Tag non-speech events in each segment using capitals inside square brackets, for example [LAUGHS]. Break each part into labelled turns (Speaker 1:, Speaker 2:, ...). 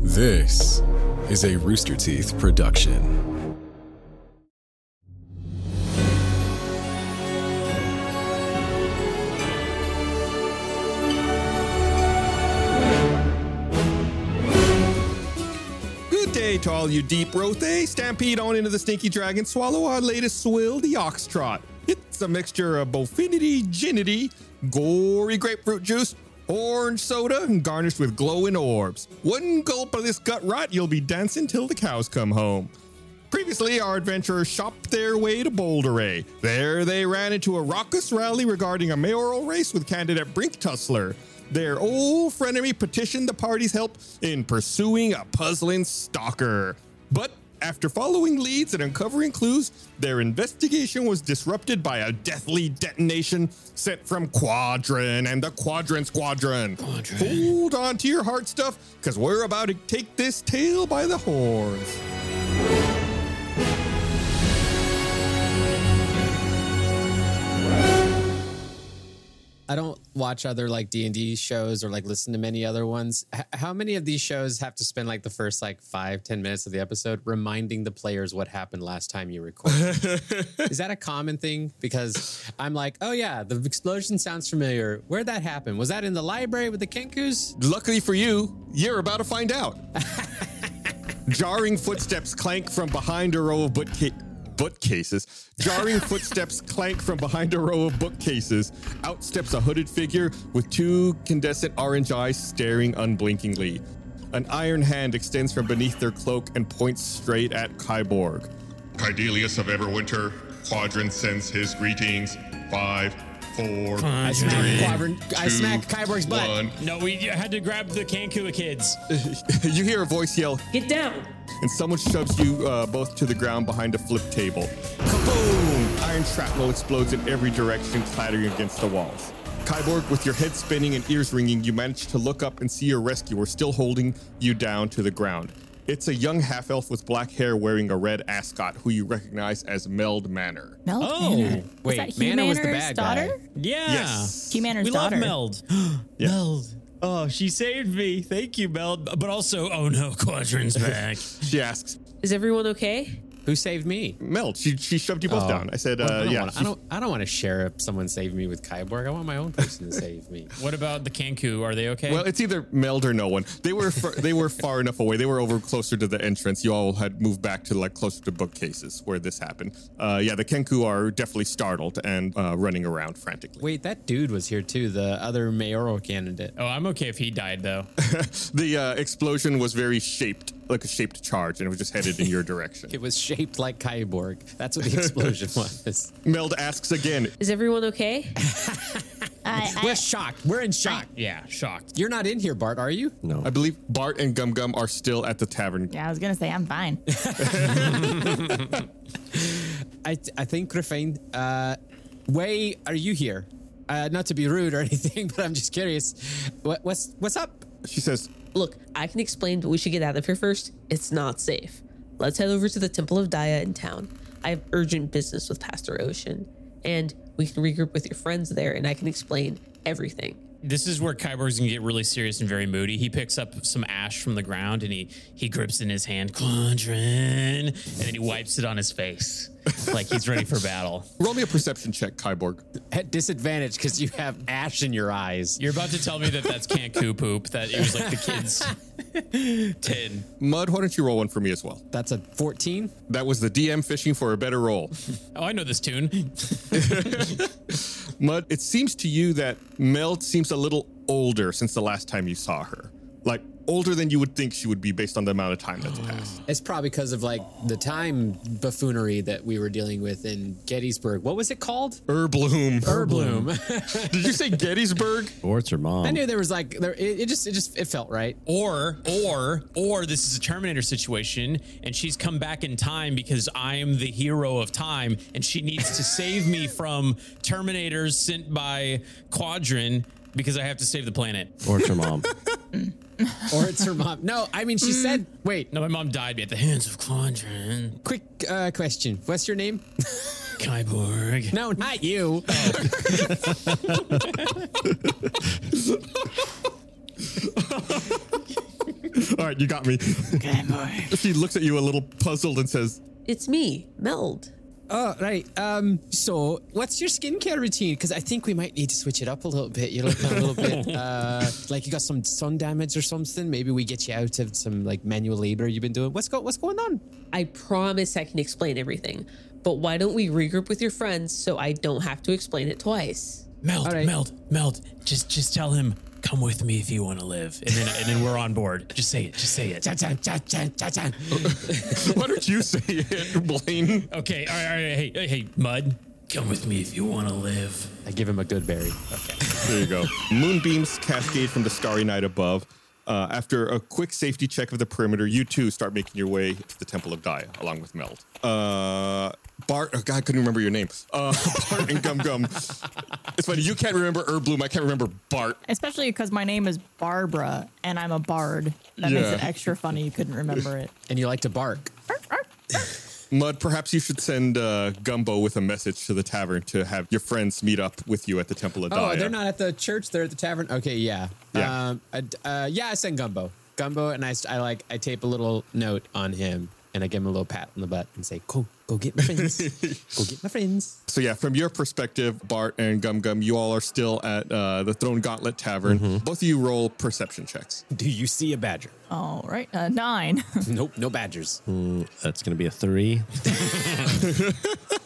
Speaker 1: This is a Rooster Teeth production.
Speaker 2: Good day to all you deep rothe. Stampede on into the stinky dragon. Swallow our latest swill, the ox trot. It's a mixture of bofinity, ginity, gory grapefruit juice, orange soda, and garnished with glowing orbs. One gulp of this gut rot, you'll be dancing till the cows come home. Previously, our adventurers shopped their way to Boulderay. There, they ran into a raucous rally regarding a mayoral race with candidate Brink Tussler. Their old frenemy petitioned the party's help in pursuing a puzzling stalker. But after following leads and uncovering clues, their investigation was disrupted by a deathly detonation sent from Quadrant and the Quadrant Squadron. Hold on to your heart stuff, because we're about to take this tale by the horns.
Speaker 3: I don't watch other like D and D shows or like listen to many other ones. H- how many of these shows have to spend like the first like five ten minutes of the episode reminding the players what happened last time you recorded?
Speaker 2: [LAUGHS]
Speaker 3: Is that a common thing? Because I'm like, oh yeah, the explosion sounds familiar. Where'd that happen? Was that in the library with the Kenkus?
Speaker 2: Luckily for you, you're about to find out. [LAUGHS] Jarring footsteps clank from behind a row of bookca- bookcases.
Speaker 3: [LAUGHS]
Speaker 2: Jarring footsteps clank from behind a row of bookcases. Out steps a hooded figure with two condescent orange eyes staring unblinkingly. An iron hand extends from beneath their cloak and points straight at Kyborg.
Speaker 4: Cydelius of Everwinter, Quadrant sends his greetings. Five, four,
Speaker 3: I
Speaker 4: three,
Speaker 3: smack Quadrant. I
Speaker 4: two,
Speaker 3: smack Kyborg's butt.
Speaker 4: one.
Speaker 5: No, we had to grab the Cancua kids.
Speaker 2: [LAUGHS] you hear a voice yell,
Speaker 6: Get down.
Speaker 2: and someone shoves you uh, both to the ground behind a flip table. Kaboom! Iron shrapnel explodes in every direction, clattering against the walls. Kyborg, with your head spinning and ears ringing, you manage to look up and see your rescuer still holding you down to the ground. It's a young half elf with black hair wearing a red ascot who you recognize as Meld Manor.
Speaker 7: Meld
Speaker 5: Oh,
Speaker 7: Manor.
Speaker 3: wait,
Speaker 7: was that Hugh
Speaker 3: Manor was the
Speaker 7: Manor's
Speaker 3: bad guy.
Speaker 7: daughter?
Speaker 5: Yeah.
Speaker 2: Yes.
Speaker 7: Hugh Manor's
Speaker 5: we
Speaker 7: daughter.
Speaker 5: love
Speaker 3: [GASPS]
Speaker 5: Meld.
Speaker 2: [GASPS] Yeah.
Speaker 5: Meld. Oh, she saved me. Thank you, Meld. But also, oh no,
Speaker 2: [LAUGHS]
Speaker 5: Quadrant's back.
Speaker 2: She asks,
Speaker 6: Is everyone okay?
Speaker 3: Who saved me? Oh.
Speaker 2: Meld, she, she shoved you both down. I said, uh,
Speaker 3: I don't
Speaker 2: yeah.
Speaker 3: wanna, I
Speaker 2: she-
Speaker 3: don't. I don't want to share if someone saved me with Kyborg. I want my
Speaker 2: [LAUGHS]
Speaker 3: own person to save me.
Speaker 5: what about the Cancu? Are they okay?
Speaker 2: Well, it's either Meld or no one. They were far, they were far [LAUGHS] enough away. They were over closer to the entrance. You all had moved back to like closer to bookcases where this happened. Uh, yeah, the Kenku are definitely startled and uh, running around frantically.
Speaker 3: Wait, that dude was here too. The other mayoral candidate.
Speaker 5: oh, I'm okay if he died though.
Speaker 2: The uh, explosion was very shaped, like a shaped charge, and it was just headed in your direction.
Speaker 3: [LAUGHS] It was shaped like Kyborg. That's what [LAUGHS] the
Speaker 2: [LAUGHS]
Speaker 5: [LAUGHS]
Speaker 3: explosion was.
Speaker 2: Meld asks again.
Speaker 6: Is everyone okay?
Speaker 7: I, I,
Speaker 3: We're shocked. We're in shock.
Speaker 5: yeah, shocked.
Speaker 3: You're not in here, Bart, are you? No.
Speaker 2: I believe Bart and Gum Gum are still at the tavern.
Speaker 7: yeah, I was gonna say I'm fine.
Speaker 3: I, I think Griffin, uh, way are you here? Uh, not to be rude or anything, but I'm just curious. What, what's what's up?
Speaker 2: She says,
Speaker 6: Look, I can explain, but we should get out of here first. It's not safe. Let's head over to the Temple of Daya in town. I have urgent business with Pastor Ocean, and we can regroup with your friends there, and I can explain everything.
Speaker 5: This is where Kyborg's gonna get really serious and very moody. He picks up some ash from the ground and he he grips in his hand Quadrant, and then he wipes it on his face like he's ready for battle.
Speaker 2: "Roll me a perception check, Kyborg."
Speaker 3: At disadvantage because you have ash in your eyes.
Speaker 5: You're about to tell me that that's Cancu poop. That it was like the
Speaker 2: [LAUGHS]
Speaker 5: kids' tin.
Speaker 2: Mud, why don't you roll one for me as well?
Speaker 3: That's a 14.
Speaker 2: That was the DM fishing for a better roll.
Speaker 5: [LAUGHS] Oh, I know this tune.
Speaker 2: [LAUGHS] Mud, it seems to you that Meld seems a little older since the last time you saw her. Like, older than you would think she would be based on the amount of time
Speaker 5: [GASPS]
Speaker 2: that's passed. [LAUGHS]
Speaker 3: It's probably because of like the time buffoonery that we were dealing with in Gettysburg. What was it called?
Speaker 2: Erbloom.
Speaker 3: Herbloom.
Speaker 5: [LAUGHS]
Speaker 2: Did you say Gettysburg?
Speaker 8: [LAUGHS] Or it's her mom.
Speaker 3: I knew there was like there. It, it just it just it felt right.
Speaker 5: Or, or, or this is a Terminator situation, and she's come back in time because I'm the hero of time, and she needs to save
Speaker 3: [LAUGHS]
Speaker 5: me from Terminators sent by Quadron because I have to save the planet.
Speaker 8: Or it's her mom.
Speaker 3: [LAUGHS] Or it's her mom. No, I mean she said. Wait,
Speaker 5: Mm. No, my mom died at the hands of Quadron.
Speaker 3: quick uh, question. What's your name?
Speaker 5: Kyborg.
Speaker 3: No, not you.
Speaker 2: All right, you got me.
Speaker 7: Good boy.
Speaker 2: [LAUGHS] She looks at you a little puzzled and says,
Speaker 6: [LAUGHS] It's me, Meld.
Speaker 3: Oh, right. Um, so what's your skincare routine? Because I think we might need to switch it up a little bit. You look a little
Speaker 5: [LAUGHS]
Speaker 3: bit uh, like you got some sun damage or something. Maybe we get you out of some like manual labor you've been doing. What's go- What's going on?
Speaker 6: I promise I can explain everything, but why don't we regroup with your friends so I don't have to explain it twice?
Speaker 5: Meld,
Speaker 3: right.
Speaker 5: meld, meld. Just just tell him, come with me if you want to live. And then and then we're on board. Just say it. Just say it.
Speaker 2: [LAUGHS] Why don't you say it, Blaine?
Speaker 5: Okay, all right, all right, hey, hey, hey, Mud. Come with me if you want to live.
Speaker 3: I give him a good berry.
Speaker 2: There you go. Moonbeams cascade from the starry night above. Uh, after a quick safety check of the perimeter, you two start making your way to the Temple of Dia, along with Meld. Uh, Bart, oh God, I couldn't remember your name. Uh, [LAUGHS] Bart and Gum Gum. It's funny, you can't remember Erbloom, I can't remember Bart.
Speaker 7: Especially because my name is Barbara and I'm a bard. That makes
Speaker 2: Yeah.
Speaker 7: it extra funny. You couldn't remember it.
Speaker 3: And you like to bark.
Speaker 2: Mud, perhaps you should send uh, Gumbo with a message to the tavern to have your friends meet up with you at the Temple of Dia.
Speaker 3: Oh, they're not at the church. They're at the tavern. Okay, yeah.
Speaker 2: Yeah.
Speaker 3: Um, I d- uh, yeah, I send Gumbo. Gumbo, and I, s- I, like I tape a little note on him, and I give him a little pat on the butt, and say, "Go, go get my
Speaker 8: [LAUGHS]
Speaker 3: friends. go get my friends."
Speaker 2: So yeah, from your perspective, Bart and Gum Gum, you all are still at uh, the Throne Gauntlet Tavern.
Speaker 8: Mm-hmm.
Speaker 2: Both of you roll perception checks.
Speaker 3: Do you see a
Speaker 8: [LAUGHS]
Speaker 3: badger?
Speaker 7: All right. Uh, nine. [LAUGHS]
Speaker 3: Nope, no badgers.
Speaker 8: Hmm, That's going to be a three.
Speaker 2: [LAUGHS]
Speaker 8: [LAUGHS]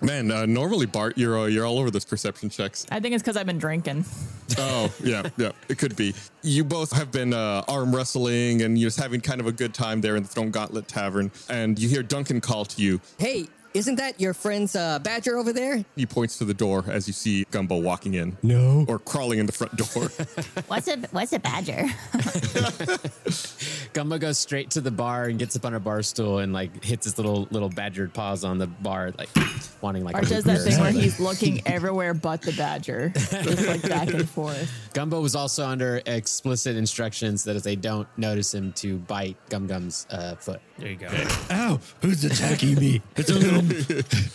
Speaker 2: Man, uh, normally Bart, you're uh, you're all over this perception checks.
Speaker 7: I think it's because I've been drinking.
Speaker 8: [LAUGHS]
Speaker 2: Oh yeah, yeah, it could be. You both have been uh, arm wrestling and you're just having kind of a good time there in the Throne Gauntlet Tavern. And you hear Duncan call to you.
Speaker 9: Hey, isn't that your friend's uh, badger over there?
Speaker 2: He points to the door as you see Gumbo walking in.
Speaker 8: No.
Speaker 2: Or crawling in the front
Speaker 8: [LAUGHS]
Speaker 2: door.
Speaker 7: What's a what's a badger?
Speaker 3: Gumbo goes straight to the bar and gets up on a bar stool and like hits his little little badgered paws on the bar, like wanting like.
Speaker 7: Or
Speaker 3: a root
Speaker 7: does
Speaker 3: beer
Speaker 7: that
Speaker 3: or
Speaker 7: thing where
Speaker 3: something. [LAUGHS]
Speaker 7: he's looking everywhere but the badger, just like back
Speaker 3: [LAUGHS]
Speaker 7: and forth.
Speaker 3: Gumbo was also under explicit instructions that if they don't notice him, to bite Gum Gum's uh, foot.
Speaker 5: [LAUGHS] There you go.
Speaker 8: Ow, who's
Speaker 5: [LAUGHS]
Speaker 8: attacking me? It's a little.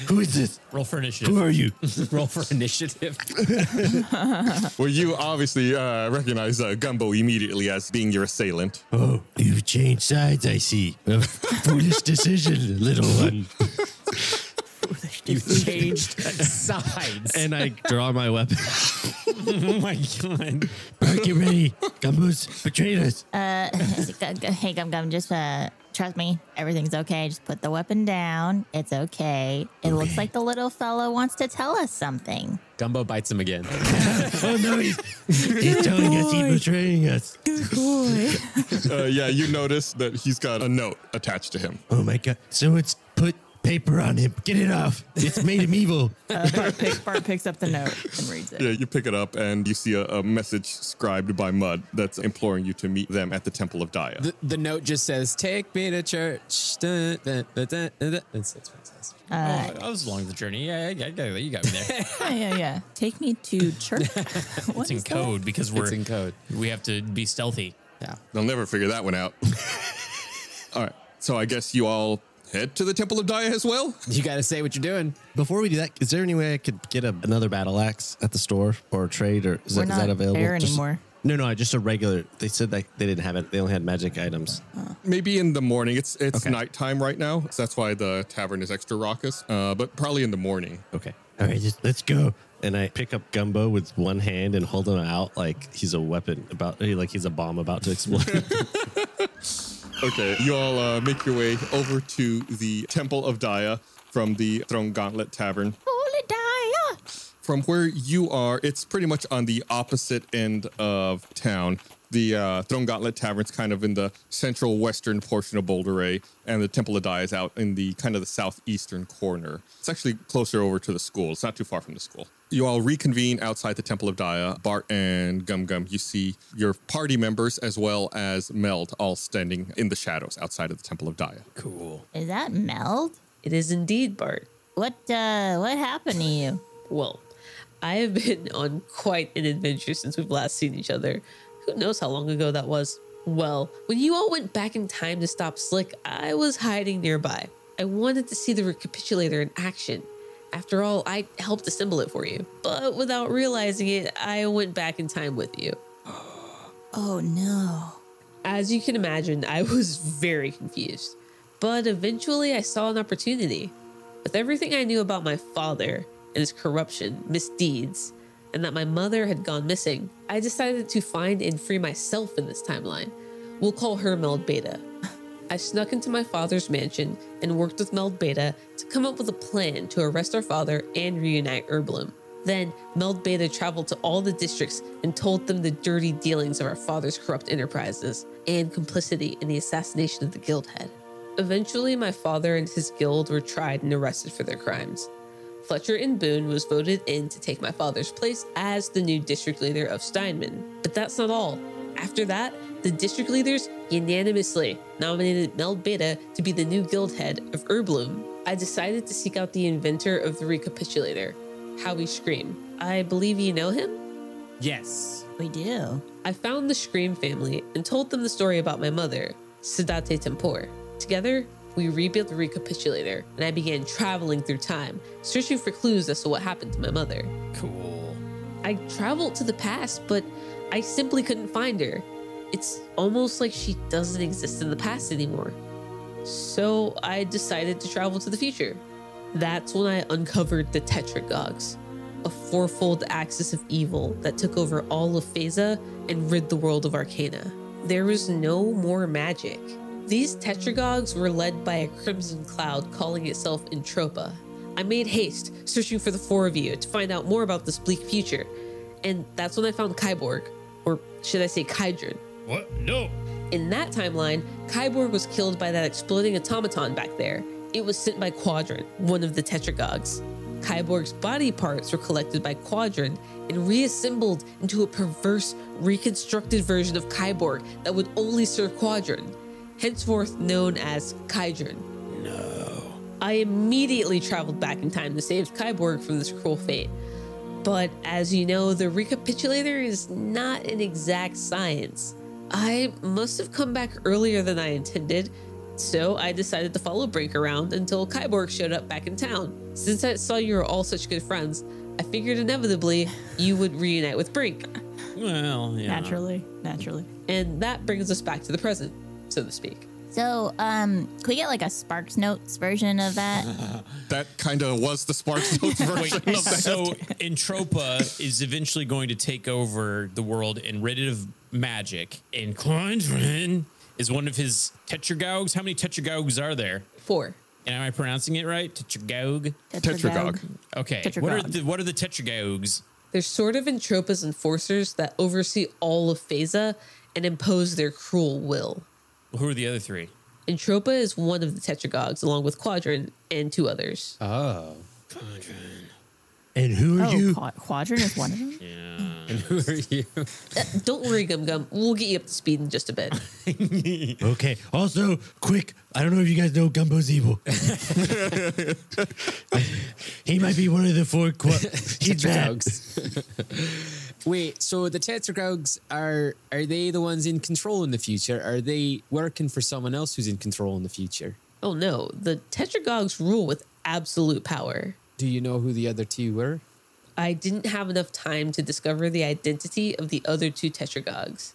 Speaker 8: Who is this?
Speaker 5: Roll for initiative.
Speaker 8: Who are
Speaker 5: [LAUGHS]
Speaker 8: you?
Speaker 3: Roll for initiative.
Speaker 2: well, you obviously uh, recognize uh, Gumbo immediately as being your assailant.
Speaker 8: Oh, you've changed sides, I see. A foolish decision, little one. [LAUGHS]
Speaker 3: you changed sides.
Speaker 8: And I draw my weapon.
Speaker 5: [LAUGHS] Oh my god.
Speaker 8: Bert, get ready. Gumboots betrayed us.
Speaker 7: Uh, [LAUGHS] hey Gum Gum, just uh, trust me, everything's okay. Just put the weapon down. It's okay. It looks like the little fellow wants to tell us something.
Speaker 3: Gumbo bites
Speaker 5: [LAUGHS]
Speaker 3: him again.
Speaker 8: Oh, no, he's, he's telling us he's betraying us.
Speaker 2: uh, yeah, you notice that he's got a note attached to him.
Speaker 8: Oh, my God. Someone's put paper on him. Get it off. It's made him evil.
Speaker 7: [LAUGHS] Uh, Bart, pick, Bart picks up the note and reads it.
Speaker 2: Yeah, you pick it up and you see a, a message scribed by Mud that's imploring you to meet them at the Temple of Dia.
Speaker 3: The, [LAUGHS] the note just says, "Take me to church." Dun, dun, dun, dun, dun, dun. That's, that's fantastic.
Speaker 5: Oh, that was along the journey. Yeah, yeah, yeah, yeah, you got me there.
Speaker 7: Yeah, yeah, yeah. Take me to church.
Speaker 5: it's in code because we're
Speaker 3: it's in code.
Speaker 5: We have to be stealthy.
Speaker 3: Yeah.
Speaker 2: They'll never figure that one out. [LAUGHS] all right, so I guess you all head to the Temple of Dia as well.
Speaker 3: You got to say what you're doing.
Speaker 8: Before we do that, is there any way I could get a, another battle axe at the store or trade, or is,
Speaker 7: We're
Speaker 8: that, is
Speaker 7: not
Speaker 8: that available?
Speaker 7: there
Speaker 8: Just-
Speaker 7: anymore.
Speaker 8: No, no, just a regular. They said that they didn't have it. They only had magic items.
Speaker 2: Maybe in the morning. It's it's
Speaker 8: Okay.
Speaker 2: nighttime right now, so that's why the tavern is extra raucous. Uh, but probably in the morning.
Speaker 8: Okay. All right, just, let's go. And I pick up Gumbo with one hand and hold him out like he's a weapon about, eh, like he's a bomb about to explode.
Speaker 2: Okay, you all uh, make your way over to the Temple of Dia from the Throne Gauntlet Tavern.
Speaker 7: Holy dia.
Speaker 2: from where you are, it's pretty much on the opposite end of town. The uh, Throne Gauntlet Tavern's kind of in the central western portion of Boulderay, and the Temple of Di is out in the kind of the southeastern corner. It's actually closer over to the school. It's not too far from the school. You all reconvene outside the Temple of Dia. Bart and Gum Gum, you see your party members as well as Meld all standing in the shadows outside of the Temple of Dia.
Speaker 5: Cool.
Speaker 7: Is that Meld?
Speaker 6: It is indeed Bart.
Speaker 7: What uh what happened to you?
Speaker 6: Well, I have been [LAUGHS] on quite an adventure since we've last seen each other. Who knows how long ago that was? Well, when you all went back in time to stop Slick, I was hiding nearby. I wanted to see the recapitulator in action. After all, I helped assemble it for you. But without realizing it, I went back in time with you.
Speaker 7: Oh no.
Speaker 6: As you can imagine, I [LAUGHS] was very confused. But eventually I saw an opportunity. With everything I knew about my father and his corruption, misdeeds, and that my mother had gone missing, I decided to find and free myself in this timeline. We'll call her Meld [LAUGHS] Beta. I snuck into my father's mansion and worked with Meld Beta to come up with a plan to arrest our father and reunite Erblum. Then, Meld Beta traveled to all the districts and told them the dirty dealings of our father's corrupt enterprises and complicity in the assassination of the guild head. Eventually, my father and his guild were tried and arrested for their crimes. Fletcher and Boone was voted in to take my father's place as the new district leader of Steinman. But that's not all. After that, the district leaders unanimously nominated Mel Beta to be the new guild head of Herbloom. I decided to seek out the inventor of the recapitulator, Howie Scream. I believe you know him?
Speaker 3: Yes.
Speaker 7: We do.
Speaker 6: I found the Scream family and told them the story about my mother, Sedate Tempor. Together, we rebuilt the recapitulator, and I began traveling through time, searching for clues as to what happened to my mother.
Speaker 5: Cool.
Speaker 6: I traveled to the past, but I simply couldn't find her. It's almost like she doesn't exist in the past anymore. So I decided to travel to the future. That's when I uncovered the Tetragogs, a fourfold axis of evil that took over all of Phasa and rid the world of Arcana. There was no more magic. These Tetragogs were led by a crimson cloud calling itself Entropa. I made haste, searching for the four of you to find out more about this bleak future, and that's when I found Kyborg, or should I say Kydrin.
Speaker 5: What? No.
Speaker 6: In that timeline, Kyborg was killed by that exploding automaton back there. It was sent by Quadrant, one of the Tetragogs. Kyborg's body parts were collected by Quadrant and reassembled into a perverse, reconstructed version of Kyborg that would only serve Quadrant, henceforth known as Kydrin. I immediately traveled back in time to save Kyborg from this cruel fate. But as you know, the recapitulator is not an exact science. I must have come back earlier than I intended, so I decided to follow Brink around until Kyborg showed up back in town. Since I saw you were all such good friends, I figured inevitably you would reunite with Brink.
Speaker 5: Well, yeah.
Speaker 7: Naturally. Naturally.
Speaker 6: And that brings us back to the present, so to
Speaker 5: [LAUGHS]
Speaker 6: speak.
Speaker 7: So, um, can we get like a Sparks Notes version of that?
Speaker 2: That kind of was the [LAUGHS] Sparks Notes version
Speaker 5: Wait,
Speaker 2: of that.
Speaker 5: so Entropa is eventually going to take over the world and rid it of magic. And Quandrin is one of his tetragogs. How many tetragogs are there?
Speaker 6: Four.
Speaker 5: And am I pronouncing it right? Tetragog.
Speaker 2: Tetragog.
Speaker 5: Okay. What are
Speaker 7: Tetragog.
Speaker 5: the what are the tetragogs?
Speaker 6: They're sort of Entropa's enforcers that oversee all of Phasa and impose their cruel will.
Speaker 5: Who are the other three?
Speaker 6: Entropa is one of the Tetragogs, along with Quadrin and two others.
Speaker 3: Oh.
Speaker 8: And who are
Speaker 7: Oh,
Speaker 8: you?
Speaker 7: Qua- Quadrant is one of them?
Speaker 3: And who are you?
Speaker 6: Uh, Don't worry, Gum Gum. We'll get you up to speed in just a bit.
Speaker 8: [LAUGHS] Okay. Also, quick. I don't know if you guys know Gumbo's evil. he might be one of the four. [LAUGHS] Qu- he's bad.
Speaker 3: Tetragogs. [LAUGHS] Wait, so the Tetragogs are are they the ones in control in the future? Are they working for someone else who's in control in the future?
Speaker 6: oh no, the Tetragogs rule with absolute power.
Speaker 3: Do you know who the other two were?
Speaker 6: I didn't have enough time to discover the identity of the other two Tetragogs.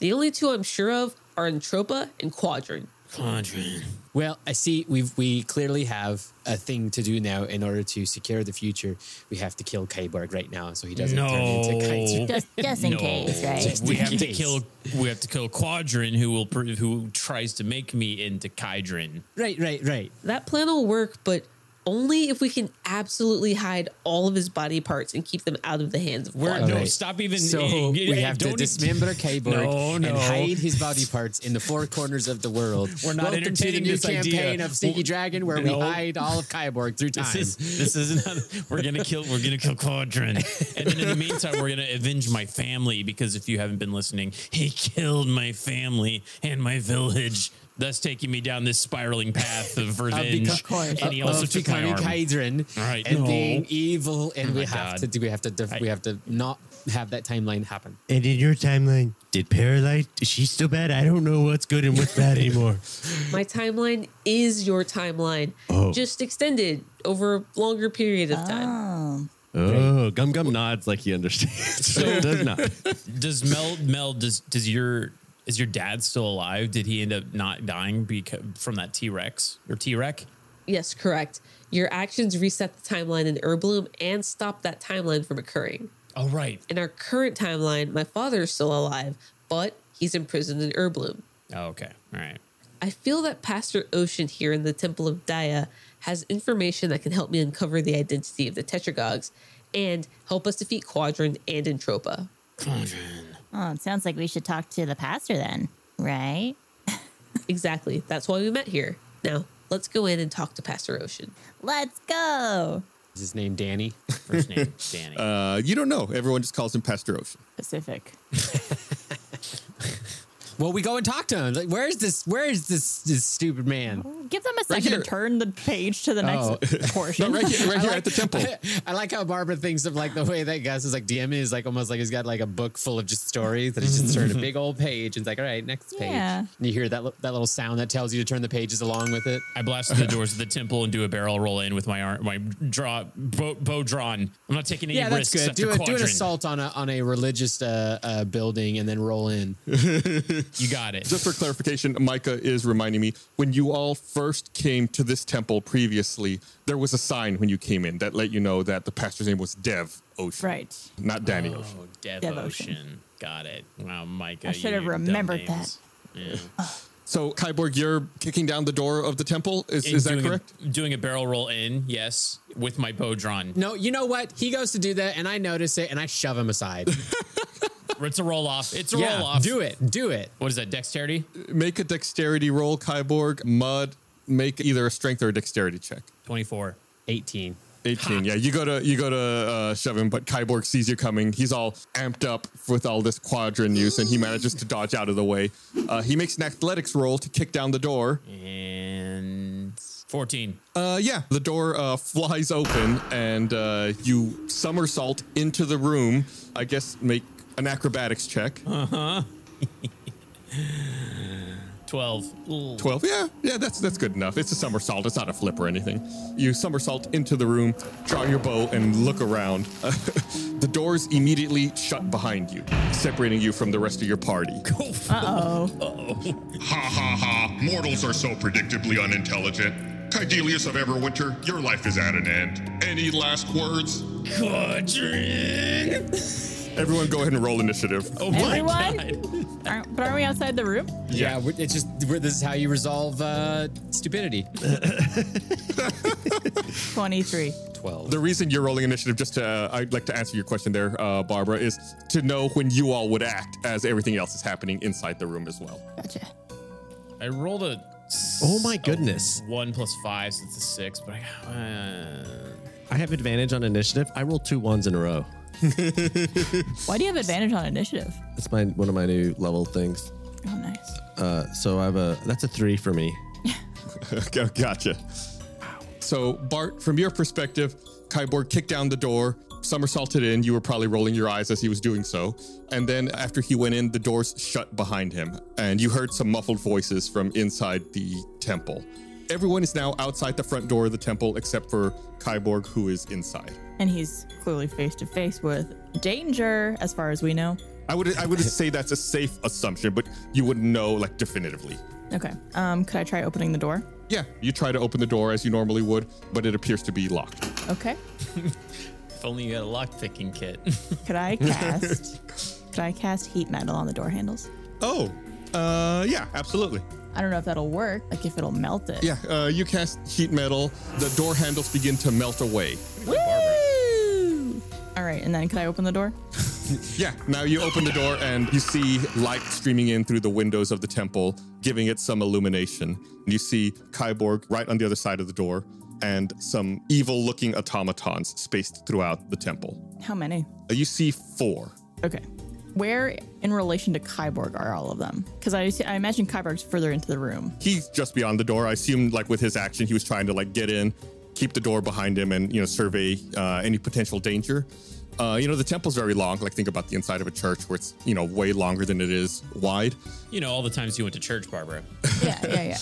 Speaker 6: The only two I'm sure of are Entropa and Quadrin.
Speaker 5: Quandrin.
Speaker 3: Well, I see we've we clearly have a thing to do now in order to secure the future. We have to kill Kyborg right now so he doesn't turn into Kaiser.
Speaker 5: No.
Speaker 7: [LAUGHS] Just, just in case, right?
Speaker 3: Just
Speaker 5: we
Speaker 3: in
Speaker 5: have to
Speaker 3: case.
Speaker 5: kill. We have to kill Quadrin, who will pr- who tries to make me into Kydrin.
Speaker 3: Right, right, right.
Speaker 6: That plan will work, but only if we can absolutely hide all of his body parts and keep them out of the hands of
Speaker 5: We're,
Speaker 6: Quadrin.
Speaker 5: no,
Speaker 3: Alright.
Speaker 5: stop even. [LAUGHS]
Speaker 3: So
Speaker 5: eh, eh,
Speaker 3: we have to
Speaker 5: don't e- [LAUGHS]
Speaker 3: dismember Kyborg
Speaker 5: No, no.
Speaker 3: and
Speaker 5: [LAUGHS]
Speaker 3: hide his body parts in the four corners of the world.
Speaker 5: We're not
Speaker 3: Welcome to the
Speaker 5: entertaining
Speaker 3: new
Speaker 5: this idea.
Speaker 3: campaign of Sneaky
Speaker 5: Well,
Speaker 3: Dragon where
Speaker 5: no.
Speaker 3: we hide all of Kyborg through time.
Speaker 5: [LAUGHS] This is this is another.
Speaker 3: [LAUGHS]
Speaker 5: We're gonna kill. We're gonna kill Quadrin, and then in the meantime, we're gonna avenge my family because if you haven't been listening, he killed my family and my village, thus taking me down this spiraling path of revenge. and he
Speaker 3: of-
Speaker 5: also
Speaker 3: of
Speaker 5: took my
Speaker 3: becoming
Speaker 5: arm.
Speaker 3: Hydran
Speaker 5: Alright,
Speaker 3: and
Speaker 5: no. Oh
Speaker 3: being evil, and
Speaker 5: my
Speaker 3: we have
Speaker 5: God.
Speaker 3: to do we have to def-
Speaker 5: I-
Speaker 3: we have to not have that
Speaker 5: [LAUGHS]
Speaker 3: timeline happen.
Speaker 8: And in your timeline, did Paralyte? Is she still bad? I don't know what's good and what's bad [LAUGHS] anymore.
Speaker 6: My timeline is your timeline,
Speaker 3: Oh.
Speaker 6: just extended over a longer period of time.
Speaker 8: Oh, Gum [LAUGHS]
Speaker 3: [LAUGHS]
Speaker 8: uh, Gum nods like he understands. So does not.
Speaker 5: Does Mel Mel does does your Is your dad still alive? Did he end up not dying because, from that T Rex or T Rex?
Speaker 6: Yes, correct. Your actions reset the timeline in Herbloom and stop that timeline from occurring.
Speaker 5: Oh, right.
Speaker 6: In our current timeline, my father is still alive, but he's imprisoned in Herbloom.
Speaker 5: Oh, okay. All right.
Speaker 6: I feel that Pastor Ocean here in the Temple of Daya has information that can help me uncover the identity of the Tetragogs and help us defeat Quadrant and Entropa.
Speaker 7: Oh, it sounds like we should talk to the pastor then, right?
Speaker 6: Exactly. That's why we met here. Now, let's go in and talk to Pastor Ocean.
Speaker 7: Let's go.
Speaker 3: Is his name Danny?
Speaker 5: First name, Danny.
Speaker 2: [LAUGHS] Uh, you don't know. Everyone just calls him Pastor Ocean. [LAUGHS]
Speaker 7: Pacific.
Speaker 3: well, we go and talk to him. Like, where is this? Where is this? This stupid man?
Speaker 7: Give them a second
Speaker 2: here.
Speaker 7: to turn the page to the next portion.
Speaker 2: No,
Speaker 7: [LAUGHS]
Speaker 2: right
Speaker 3: [LAUGHS]
Speaker 2: here, right here at the temple.
Speaker 3: I like how Barbara thinks of like the way that Gus is like DMing is like almost like he's got like a book full of just stories that he's just turned a big old page and it's like, all right, next page.
Speaker 7: Yeah.
Speaker 3: And you hear that li- that little sound that tells you to turn the pages along with it.
Speaker 5: I blast through the doors of the temple and do a barrel roll in with my arm, my draw bow, bow drawn. I'm not taking any
Speaker 3: [LAUGHS] Yeah, that's
Speaker 5: risks.
Speaker 3: good.
Speaker 5: after
Speaker 3: Do, a, do an
Speaker 5: Quadrant.
Speaker 3: assault on a on a religious uh, uh, building and then roll in.
Speaker 5: You got it.
Speaker 2: Just for clarification, Micah is reminding me when you all first came to this temple previously, there was a sign when you came in that let you know that the pastor's name was Dev Ocean.
Speaker 7: Right.
Speaker 2: Not Danny
Speaker 5: oh,
Speaker 2: Ocean.
Speaker 5: devotion.
Speaker 7: Devotion.
Speaker 5: Got it. Wow, Micah.
Speaker 7: I
Speaker 5: you
Speaker 7: should have
Speaker 5: and your dumb
Speaker 7: remembered
Speaker 5: names. Yeah.
Speaker 2: So, Kyborg, you're kicking down the door Oh, of the temple. Is,
Speaker 5: And
Speaker 2: is that
Speaker 5: doing
Speaker 2: correct?
Speaker 5: A, doing a barrel roll in, yes, with my
Speaker 2: [LAUGHS]
Speaker 5: bow drawn.
Speaker 3: No, you know what? He goes to do that, and I notice it, and I shove him aside.
Speaker 5: [LAUGHS] It's a roll off. It's a
Speaker 3: yeah,
Speaker 5: roll off.
Speaker 3: do it, do it.
Speaker 5: What is that? Dexterity?
Speaker 2: Make a dexterity roll, Kyborg. Mud, make either a strength or a dexterity check.
Speaker 5: 24.
Speaker 3: 18.
Speaker 2: 18. Yeah, you go to you go to uh, shove him, but Kyborg sees you coming. He's all amped up with all this quadrant use, and he manages to dodge out of the way. Uh, he makes an athletics roll to kick down the door.
Speaker 5: And 14.
Speaker 2: Uh, yeah, the door uh, flies open, and uh, you somersault into the room. I guess make an acrobatics check. Uh-huh.
Speaker 5: 12. Ooh.
Speaker 2: 12 yeah yeah that's that's good enough it's a somersault it's not a flip or anything you somersault into the room draw your bow and look around [LAUGHS] the doors immediately shut behind you separating you from the rest of
Speaker 4: [LAUGHS]
Speaker 2: your party
Speaker 4: Ha ha ha, mortals are so predictably unintelligent. Kydelius of Everwinter, your life is at an end. Any last words?
Speaker 5: Quadrant.
Speaker 2: everyone go ahead and roll initiative
Speaker 5: Oh my
Speaker 7: Everyone?
Speaker 5: God.
Speaker 7: [LAUGHS] Aren't, but are we outside the room?
Speaker 3: Yeah, we- it's just we're, this is how you resolve uh, stupidity.
Speaker 7: 23.
Speaker 3: 12.
Speaker 2: the reason you're rolling initiative just to uh, i'd like to answer your question there uh, barbara is to know when you all would act as everything else is happening inside the room as well
Speaker 7: Gotcha.
Speaker 5: I rolled a. s-
Speaker 8: Oh my
Speaker 5: a
Speaker 8: goodness.
Speaker 5: one plus five, so it's a six, but I. Uh,
Speaker 8: I have advantage on initiative. I rolled two ones in a [LAUGHS] row.
Speaker 7: Why do you have advantage on initiative?
Speaker 8: That's my one of my new level things.
Speaker 7: Oh, nice.
Speaker 8: Uh, so I have a that's a three for me.
Speaker 2: [LAUGHS] Go- gotcha. So, Bart, from your perspective, Kyborg kicked down the door, somersaulted in. You were probably rolling your eyes as he was doing so. And then, after he went in, the doors shut behind him, and you heard some muffled voices from inside the temple. Everyone is now outside the front door of the temple except for Kyborg, who is inside.
Speaker 7: And he's clearly face to face with danger, as far as we know.
Speaker 2: I would
Speaker 5: [LAUGHS]
Speaker 2: I would say that's a safe assumption, but you wouldn't know like definitively.
Speaker 7: Okay. Um, could I try opening the door?
Speaker 2: Yeah, you try to open the door as you normally would, but it appears to be locked.
Speaker 7: Okay.
Speaker 5: if only you had a lock picking kit. [LAUGHS]
Speaker 7: Could I cast? could I cast heat metal on the door handles?
Speaker 2: Oh, uh, yeah, absolutely.
Speaker 7: I don't know if that'll work. Like if it'll melt it.
Speaker 2: Yeah, uh, you cast heat metal. The door handles begin to melt away.
Speaker 7: Woo! All right, and then could I open the door?
Speaker 2: [LAUGHS] Yeah, now you open the door and you see light streaming in through the windows of the temple, giving it some illumination. And you see Kyborg right on the other side of the door and some evil looking automatons spaced throughout the temple.
Speaker 7: How many?
Speaker 2: Uh, You see four.
Speaker 7: Okay. Where in relation to Kyborg are all of them? Because I, I imagine Kyborg's further into the room.
Speaker 2: He's just beyond the door. I assume, like with his action, he was trying to like get in, keep the door behind him, and you know survey uh, any potential danger. Uh, you know the temple's very long. Like think about the inside of a church where it's you know way longer than it is wide.
Speaker 5: you know, all the times you went to church, Barbara.
Speaker 7: Yeah,
Speaker 2: [LAUGHS]
Speaker 7: yeah, yeah.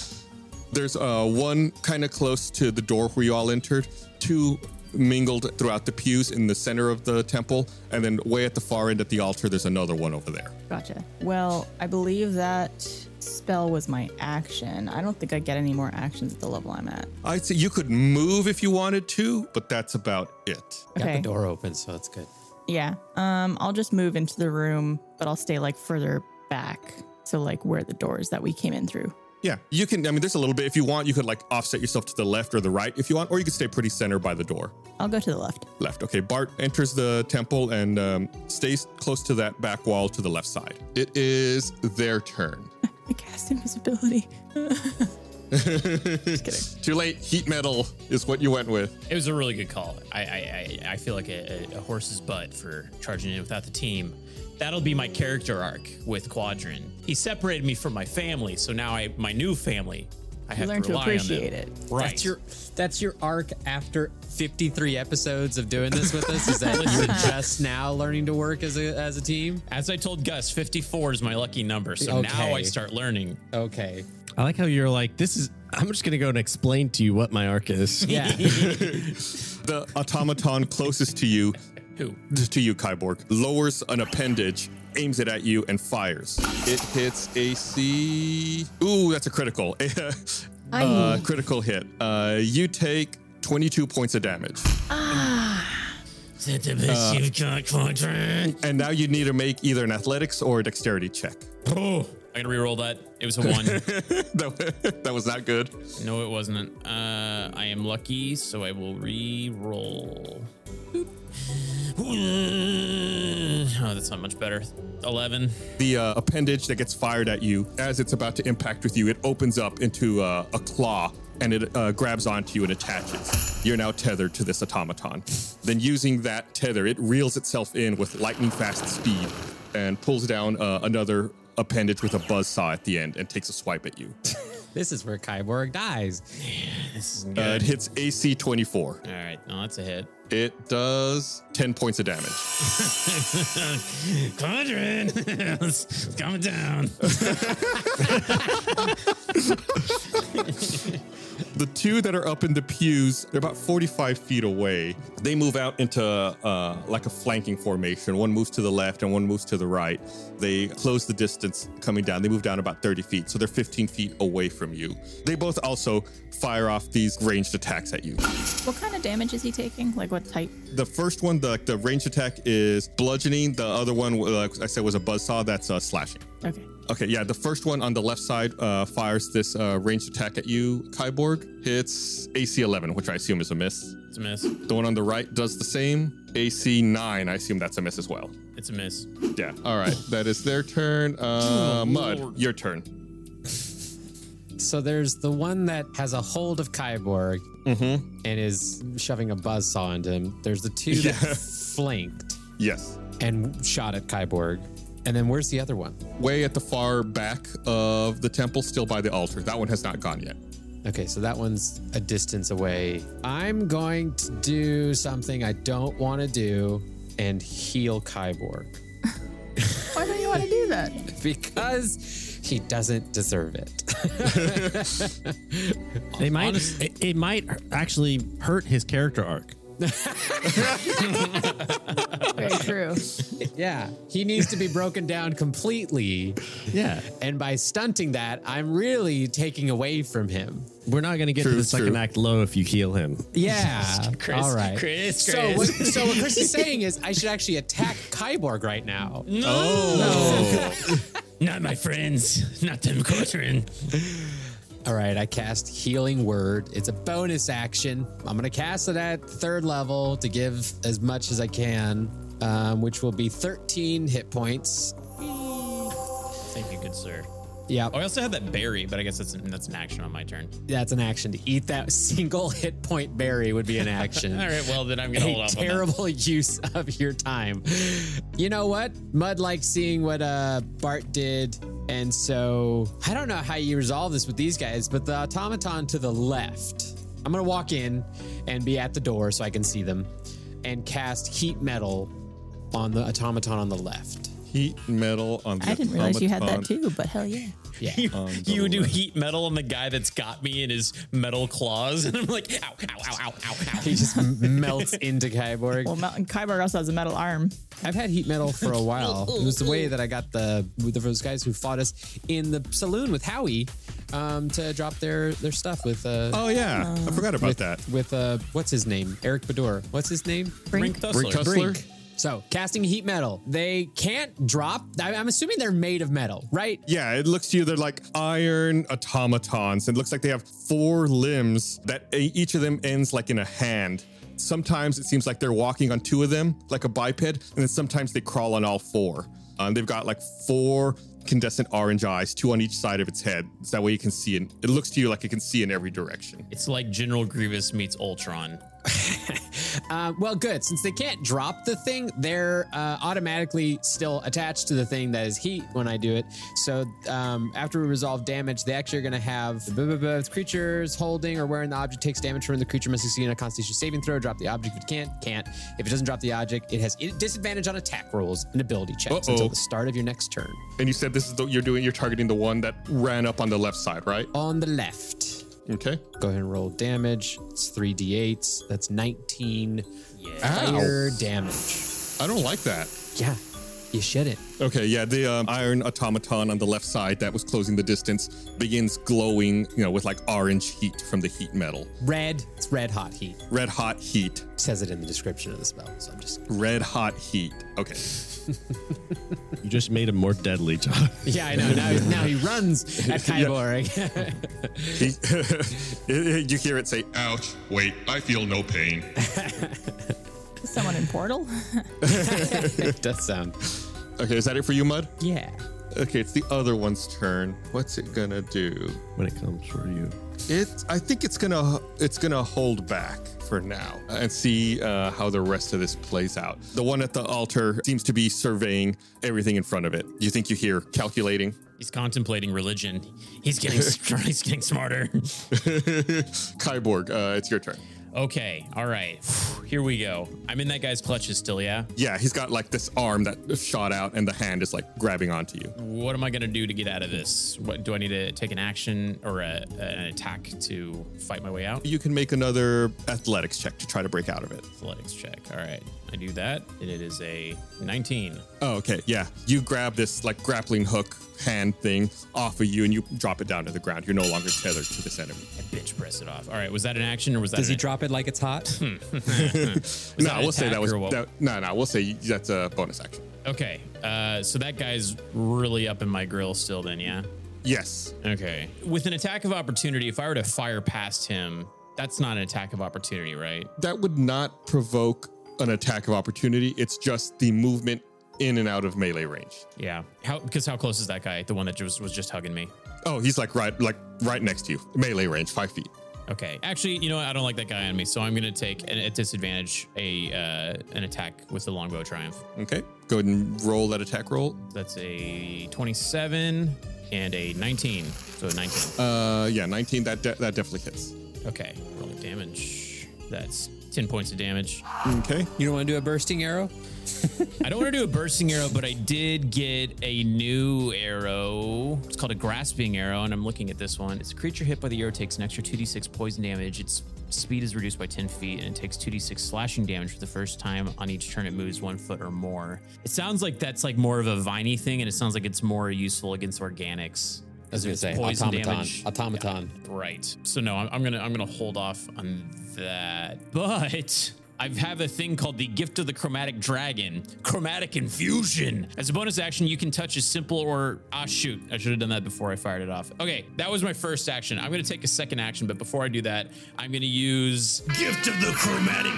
Speaker 2: There's uh, one kind of close to the door where you all entered, two mingled throughout the pews in the center of the temple, and then way at the far end at the altar, there's another one over there.
Speaker 10: Gotcha. Well, I believe that spell was my action. I don't think I get any more actions at the level I'm at.
Speaker 2: I'd say you could move if you wanted to, but that's about it.
Speaker 3: Got
Speaker 10: Okay.
Speaker 3: the door open, so it's good.
Speaker 10: Yeah. Um, I'll just move into the room, but I'll stay like further back. So like where the doors that we came in through.
Speaker 2: Yeah, you can. I mean, there's a little bit. If you want, you could like offset yourself to the left or the right if you want, or you could stay pretty center by the door.
Speaker 10: I'll go to the left.
Speaker 2: Left. Okay, Bart enters the temple and um, stays close to that back wall to the left side. It is their turn.
Speaker 10: I cast invisibility. [LAUGHS]
Speaker 2: [LAUGHS] Too late. Heat metal is what you went with.
Speaker 5: It was a really good call. I I, I, I feel like a, a- a horse's butt for charging in without the team. That'll be my character arc with Quadrin. He separated me from my family, so now I my new family. I have
Speaker 10: learn
Speaker 5: to
Speaker 10: to
Speaker 5: rely
Speaker 10: appreciate
Speaker 5: on them.
Speaker 10: it.
Speaker 5: Right.
Speaker 3: That's your that's your arc after 53 episodes of doing this with us. Is that
Speaker 5: [LAUGHS]
Speaker 3: you're just now learning to work as a as a team?
Speaker 5: As I told Gus, 54 is my lucky number, so now
Speaker 3: Okay.
Speaker 5: I start learning.
Speaker 3: Okay.
Speaker 8: I like how you're like, this is. I'm just gonna go and explain to you what my arc is. [LAUGHS]
Speaker 3: Yeah.
Speaker 2: The automaton closest to you,
Speaker 5: Who?
Speaker 2: to you, Kyborg, lowers an appendage, aims it at you, and fires. It hits AC. Ooh, that's a critical. [LAUGHS] uh, critical hit. Uh, you take 22 points of damage.
Speaker 11: Ah.
Speaker 5: [LAUGHS]
Speaker 2: Uh, And now you need to make either an athletics or a dexterity check.
Speaker 5: Oh, I'm gonna reroll that. It was a
Speaker 2: [LAUGHS]
Speaker 5: one.
Speaker 2: that that was not good.
Speaker 5: no, it wasn't. Uh, I am lucky, so I will re-roll. Boop. Oh, that's not much better. Eleven.
Speaker 2: The uh, appendage that gets fired at you, as it's about to impact with you, it opens up into uh, a claw and it uh, grabs onto you and attaches. You're now tethered to this automaton. Then, using that tether, it reels itself in with lightning fast speed and pulls down uh, another appendage with a buzzsaw at the end and takes a swipe at you.
Speaker 3: this is where Kyborg dies.
Speaker 5: This is
Speaker 2: Uh, it
Speaker 5: good.
Speaker 2: hits AC 24.
Speaker 5: All right, no, that's a hit.
Speaker 2: It does 10 points of damage.
Speaker 5: Conjuring, [LAUGHS] it's
Speaker 11: [LAUGHS]
Speaker 5: coming down.
Speaker 2: The two that are up in the pews, they're about 45 feet away. They move out into uh, like a flanking formation. One moves to the left and one moves to the right. They close the distance coming down. They move down about 30 feet, so they're 15 feet away from you. They both also fire off these ranged attacks at you.
Speaker 10: What kind of damage is he taking? Like what type?
Speaker 2: The first one, the, the ranged attack is bludgeoning. The other one, like I said, was a buzzsaw. That's uh, slashing.
Speaker 10: Okay.
Speaker 2: Okay, yeah, the first one on the left side uh, fires this uh, ranged attack at you, Kyborg. Hits AC 11, which I assume is a miss.
Speaker 5: It's a miss.
Speaker 2: The one on the right does the same. AC 9, I assume that's a miss as well.
Speaker 5: It's a miss.
Speaker 2: Yeah. All right, that is their turn. Uh, Mud, your turn.
Speaker 3: So there's the one that has a hold of Kyborg
Speaker 2: Mm-hmm.
Speaker 3: and is shoving a buzzsaw into him. There's the two
Speaker 2: Yeah.
Speaker 3: that [LAUGHS] flanked
Speaker 2: Yes.
Speaker 3: and shot at Kyborg. And then where's the other one?
Speaker 2: Way at the far back of the temple, still by the altar. That one has not gone yet.
Speaker 3: Okay, so that one's a distance away. I'm going to do something I don't want to do and heal Kyborg
Speaker 10: Why don't you want to do that?
Speaker 3: [LAUGHS] because he doesn't deserve it.
Speaker 8: [LAUGHS] They might. it, it might actually hurt his character
Speaker 5: [LAUGHS]
Speaker 8: arc.
Speaker 10: [LAUGHS] Very true.
Speaker 3: yeah, he needs to be broken down completely.
Speaker 8: Yeah,
Speaker 3: And by stunting that, I'm really taking away from him.
Speaker 8: we're not gonna get
Speaker 2: True,
Speaker 8: to the second
Speaker 2: true.
Speaker 8: [LAUGHS] act low if you heal him. [LAUGHS]
Speaker 3: Yeah.
Speaker 5: Chris,
Speaker 3: All right.
Speaker 5: Chris,
Speaker 3: So, what,
Speaker 5: Chris.
Speaker 3: so what Chris is saying is I should actually attack Kyborg right now.
Speaker 5: Not my friends. Not them quartering.
Speaker 3: All right, I cast Healing Word. It's a bonus action. I'm going to cast it at third level to give as much as I can, um, which will be 13 hit points.
Speaker 5: Thank you,
Speaker 8: [LAUGHS]
Speaker 5: good sir.
Speaker 3: Yeah,
Speaker 5: Oh, I also had that berry, but I guess that's that's an action on my turn.
Speaker 3: that's an action. To eat that [LAUGHS] single hit point berry would be an
Speaker 5: [LAUGHS]
Speaker 3: action.
Speaker 5: All right, well then I'm gonna hold
Speaker 3: a
Speaker 5: off. On
Speaker 3: terrible [LAUGHS] use of your time. You know what? Mud likes seeing what uh, Bart did. And so I don't know how you resolve this with these guys, but the automaton to the left, I'm going to walk in and be at the door so I can see them and cast heat metal on the automaton on the left.
Speaker 2: Heat metal on the
Speaker 10: I didn't realize you had that
Speaker 2: automaton.
Speaker 10: too, but hell yeah. [LAUGHS]
Speaker 5: You,
Speaker 3: [LAUGHS]
Speaker 5: you would do heat metal on the guy that's got me in his metal claws, [LAUGHS] and I'm like, ow, ow, ow, ow, ow, ow.
Speaker 3: He just melts into Kyborg.
Speaker 10: Well, Mountain Kyber also has a metal arm.
Speaker 3: I've had heat metal for a while. It was the way that I got the with those guys who fought us in the saloon with Howie um, to drop their their stuff with. Uh,
Speaker 2: Oh yeah, I forgot about
Speaker 3: with,
Speaker 2: that.
Speaker 3: With uh, what's his name? Eric Bador. What's his name?
Speaker 5: Brink
Speaker 2: Brink
Speaker 5: Tussler.
Speaker 2: Tussler?
Speaker 3: Brink. So casting heat metal, they can't drop. I, I'm assuming they're made of metal, right?
Speaker 2: Yeah, it looks to you they're like iron automatons. It looks like they have four limbs that e- each of them ends like in a hand. Sometimes it seems like they're walking on two of them, like a biped, and then sometimes they crawl on all four. Um, they've got like four condescent orange eyes, two on each side of its head. So that way you can see, in, it looks to you like it can see in every direction.
Speaker 5: It's like General Grievous meets Ultron.
Speaker 3: Uh, well, good. Since they can't drop the thing, they're uh, automatically still attached to the thing that is heat when I do it. So um, after we resolve damage, they actually are going to have the blah, blah, blah, creatures holding or wearing the object takes damage from the creature must succeed in a Constitution saving throw. Drop the object if it can't. Can't. If it doesn't drop the object, it has i- disadvantage on attack rolls and ability checks
Speaker 2: Uh-oh.
Speaker 3: until the start of your next turn.
Speaker 2: And you said this is the, you're doing, you're targeting the one that ran up on the left side, right?
Speaker 3: On the left,
Speaker 2: Okay.
Speaker 3: go ahead and roll damage. It's three d8s. That's 19 fire damage.
Speaker 2: I don't like that.
Speaker 3: Yeah, you shouldn't.
Speaker 2: Okay, yeah, the um, iron automaton on the left side that was closing the distance begins glowing, you know, with like orange heat from the heat metal.
Speaker 3: Red. It's red hot heat.
Speaker 2: Red hot heat.
Speaker 3: says it in the description of the spell. So I'm just.
Speaker 2: Red hot heat. Okay.
Speaker 8: You just made him more deadly,
Speaker 3: [LAUGHS]
Speaker 8: John.
Speaker 3: Yeah, I know. Now, now he runs
Speaker 2: [LAUGHS]
Speaker 3: at Kyborg. [LAUGHS]
Speaker 2: He- [LAUGHS] you hear it say,
Speaker 4: Ouch. Wait, I feel no pain.
Speaker 10: Is someone in Portal?
Speaker 3: [LAUGHS]
Speaker 10: [LAUGHS]
Speaker 3: it does sound.
Speaker 2: okay, is that it for you, Mud?
Speaker 3: Yeah.
Speaker 2: Okay, it's the other one's turn. What's it gonna do?
Speaker 8: when it comes for you.
Speaker 2: It, I think it's gonna it's gonna hold back for now and see uh, how the rest of this plays out. The one at the altar seems to be surveying everything in front of it. You think you hear calculating?
Speaker 5: He's contemplating religion. He's
Speaker 3: [LAUGHS]
Speaker 5: getting he's getting smarter.
Speaker 2: [LAUGHS] Kyborg, uh, it's your turn.
Speaker 5: Okay, all right. Here we go. I'm in that guy's clutches still, yeah?
Speaker 2: Yeah, he's got like this arm that shot out, and the hand is like grabbing onto you.
Speaker 5: What am I going to do to get out of this? What do I need to take an action or a, an attack to fight my way out?
Speaker 2: You can make another athletics check to try to break out of it.
Speaker 5: Athletics check. All right. I do that and it is a 19.
Speaker 2: Oh, okay. Yeah. You grab this like grappling hook hand thing off of you and you drop it down to the ground. You're no longer tethered to this enemy.
Speaker 5: I bitch press it off. All right, was that an action or was that
Speaker 3: Does
Speaker 5: an
Speaker 3: he drop it like
Speaker 5: [LAUGHS]
Speaker 3: it's hot? [LAUGHS]
Speaker 2: No,
Speaker 5: that an
Speaker 2: we'll say that
Speaker 5: attack
Speaker 2: was.
Speaker 5: or what?
Speaker 2: That, no, no, we'll say you- that's a bonus action.
Speaker 5: Okay. Uh, so that guy's really up in my grill still then, yeah?
Speaker 2: Yes.
Speaker 5: Okay. With an attack of opportunity, if I were to fire past him, that's not an attack of opportunity, right?
Speaker 2: That would not provoke an attack of opportunity. It's just the movement in and out of melee range.
Speaker 5: Yeah. How because how close is that guy? The one that just was just hugging me.
Speaker 2: Oh, he's like right, like right next to you. Melee range, five feet.
Speaker 5: Okay. Actually, you know what? I don't like that guy on me, so I'm gonna take an, at disadvantage a uh, an attack with the longbow triumph.
Speaker 2: Okay. Go ahead and roll that attack roll.
Speaker 5: That's a 27 and a 19. So a 19.
Speaker 2: Uh, yeah, 19. That de- that definitely hits.
Speaker 5: Okay. Rolling damage. That's 10 points of damage.
Speaker 2: Okay.
Speaker 3: You don't want to do a bursting arrow? [LAUGHS]
Speaker 5: [LAUGHS] I don't want to do a bursting arrow, but I did get a new arrow. It's called a grasping arrow, and I'm looking at this one. It's a creature hit by the arrow takes an extra 2d6 poison damage. Its speed is reduced by 10 feet, and it takes 2d6 slashing damage for the first time on each turn it moves one foot or more. It sounds like that's like more of a viney thing, and it sounds like it's more useful against organics.
Speaker 3: I was going to say automaton. Automaton.
Speaker 5: Right. So no, I'm, I'm gonna I'm gonna hold off on that. [LAUGHS] But I have a thing called the Gift of the Chromatic Dragon, Chromatic Infusion. As a bonus action, you can touch a simple or ah shoot, I should have done that before I fired it off. Okay, that was my first action. I'm gonna take a second action, but before I do that, I'm gonna use Gift of the Chromatic